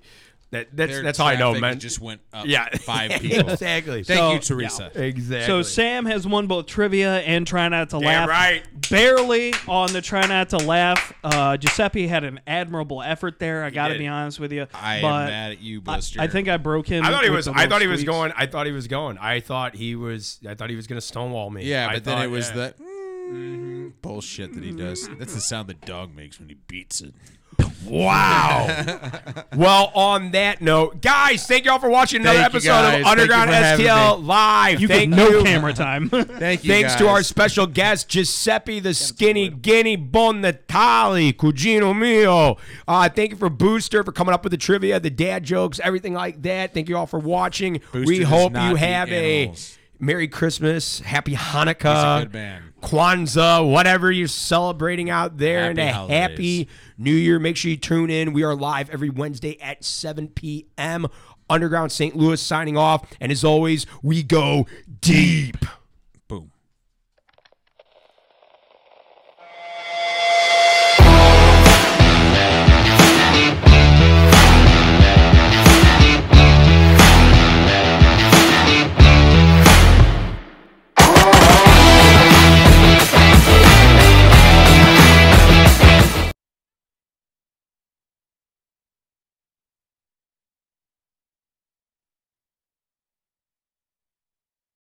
Speaker 1: that. That's
Speaker 3: Their
Speaker 1: that's how I know,
Speaker 3: traffic
Speaker 1: man.
Speaker 3: Just went up.
Speaker 1: yeah,
Speaker 3: Five people.
Speaker 1: exactly.
Speaker 3: Thank you,
Speaker 2: So, yeah.
Speaker 3: Teresa.
Speaker 1: exactly.
Speaker 2: So Sam has won both trivia and try not to
Speaker 1: Damn
Speaker 2: laugh.
Speaker 1: right.
Speaker 2: Barely on the try not to laugh. Uh, Giuseppe had an admirable effort there. I got to
Speaker 1: did.
Speaker 2: be honest with you.
Speaker 3: I
Speaker 2: but
Speaker 3: am mad at you,
Speaker 2: I,
Speaker 3: Blister.
Speaker 2: I think I broke him.
Speaker 1: I thought he
Speaker 2: with
Speaker 1: was.
Speaker 2: the
Speaker 1: I thought he
Speaker 2: little
Speaker 1: was
Speaker 2: squeaks.
Speaker 1: going. I thought he was going. I thought he was. I thought he was going to stonewall me.
Speaker 3: Yeah,
Speaker 1: I
Speaker 3: but then
Speaker 1: thought-
Speaker 3: it was
Speaker 1: yeah.
Speaker 3: the bullshit that he does. That's the sound the dog makes when he beats it.
Speaker 1: Wow. well, on that note, guys, thank you all for watching another
Speaker 3: Thank you,
Speaker 1: episode
Speaker 3: guys.
Speaker 1: of
Speaker 3: Thank
Speaker 1: Underground
Speaker 3: you for having
Speaker 1: STL Live.
Speaker 2: You get
Speaker 1: thank
Speaker 2: no
Speaker 1: you.
Speaker 2: camera time.
Speaker 3: Thank you.
Speaker 1: Thanks to our
Speaker 3: guys.
Speaker 1: special guest, Giuseppe the Skinny Guinea Bon Natale, Cugino Mio. Uh, thank you for Booster for coming up with the trivia, the dad jokes, everything like that. Thank you all for watching.
Speaker 3: Booster
Speaker 1: we
Speaker 3: does
Speaker 1: hope
Speaker 3: not
Speaker 1: you
Speaker 3: eat
Speaker 1: have a
Speaker 3: animals.
Speaker 1: Merry Christmas, Happy Hanukkah,
Speaker 3: He's a good man.
Speaker 1: Kwanzaa, whatever you're celebrating out there, and a
Speaker 3: Happy holidays.
Speaker 1: happy New Year. Make sure you tune in. We are live every Wednesday at 7 p.m. Underground St. Louis signing off. And as always, we go deep.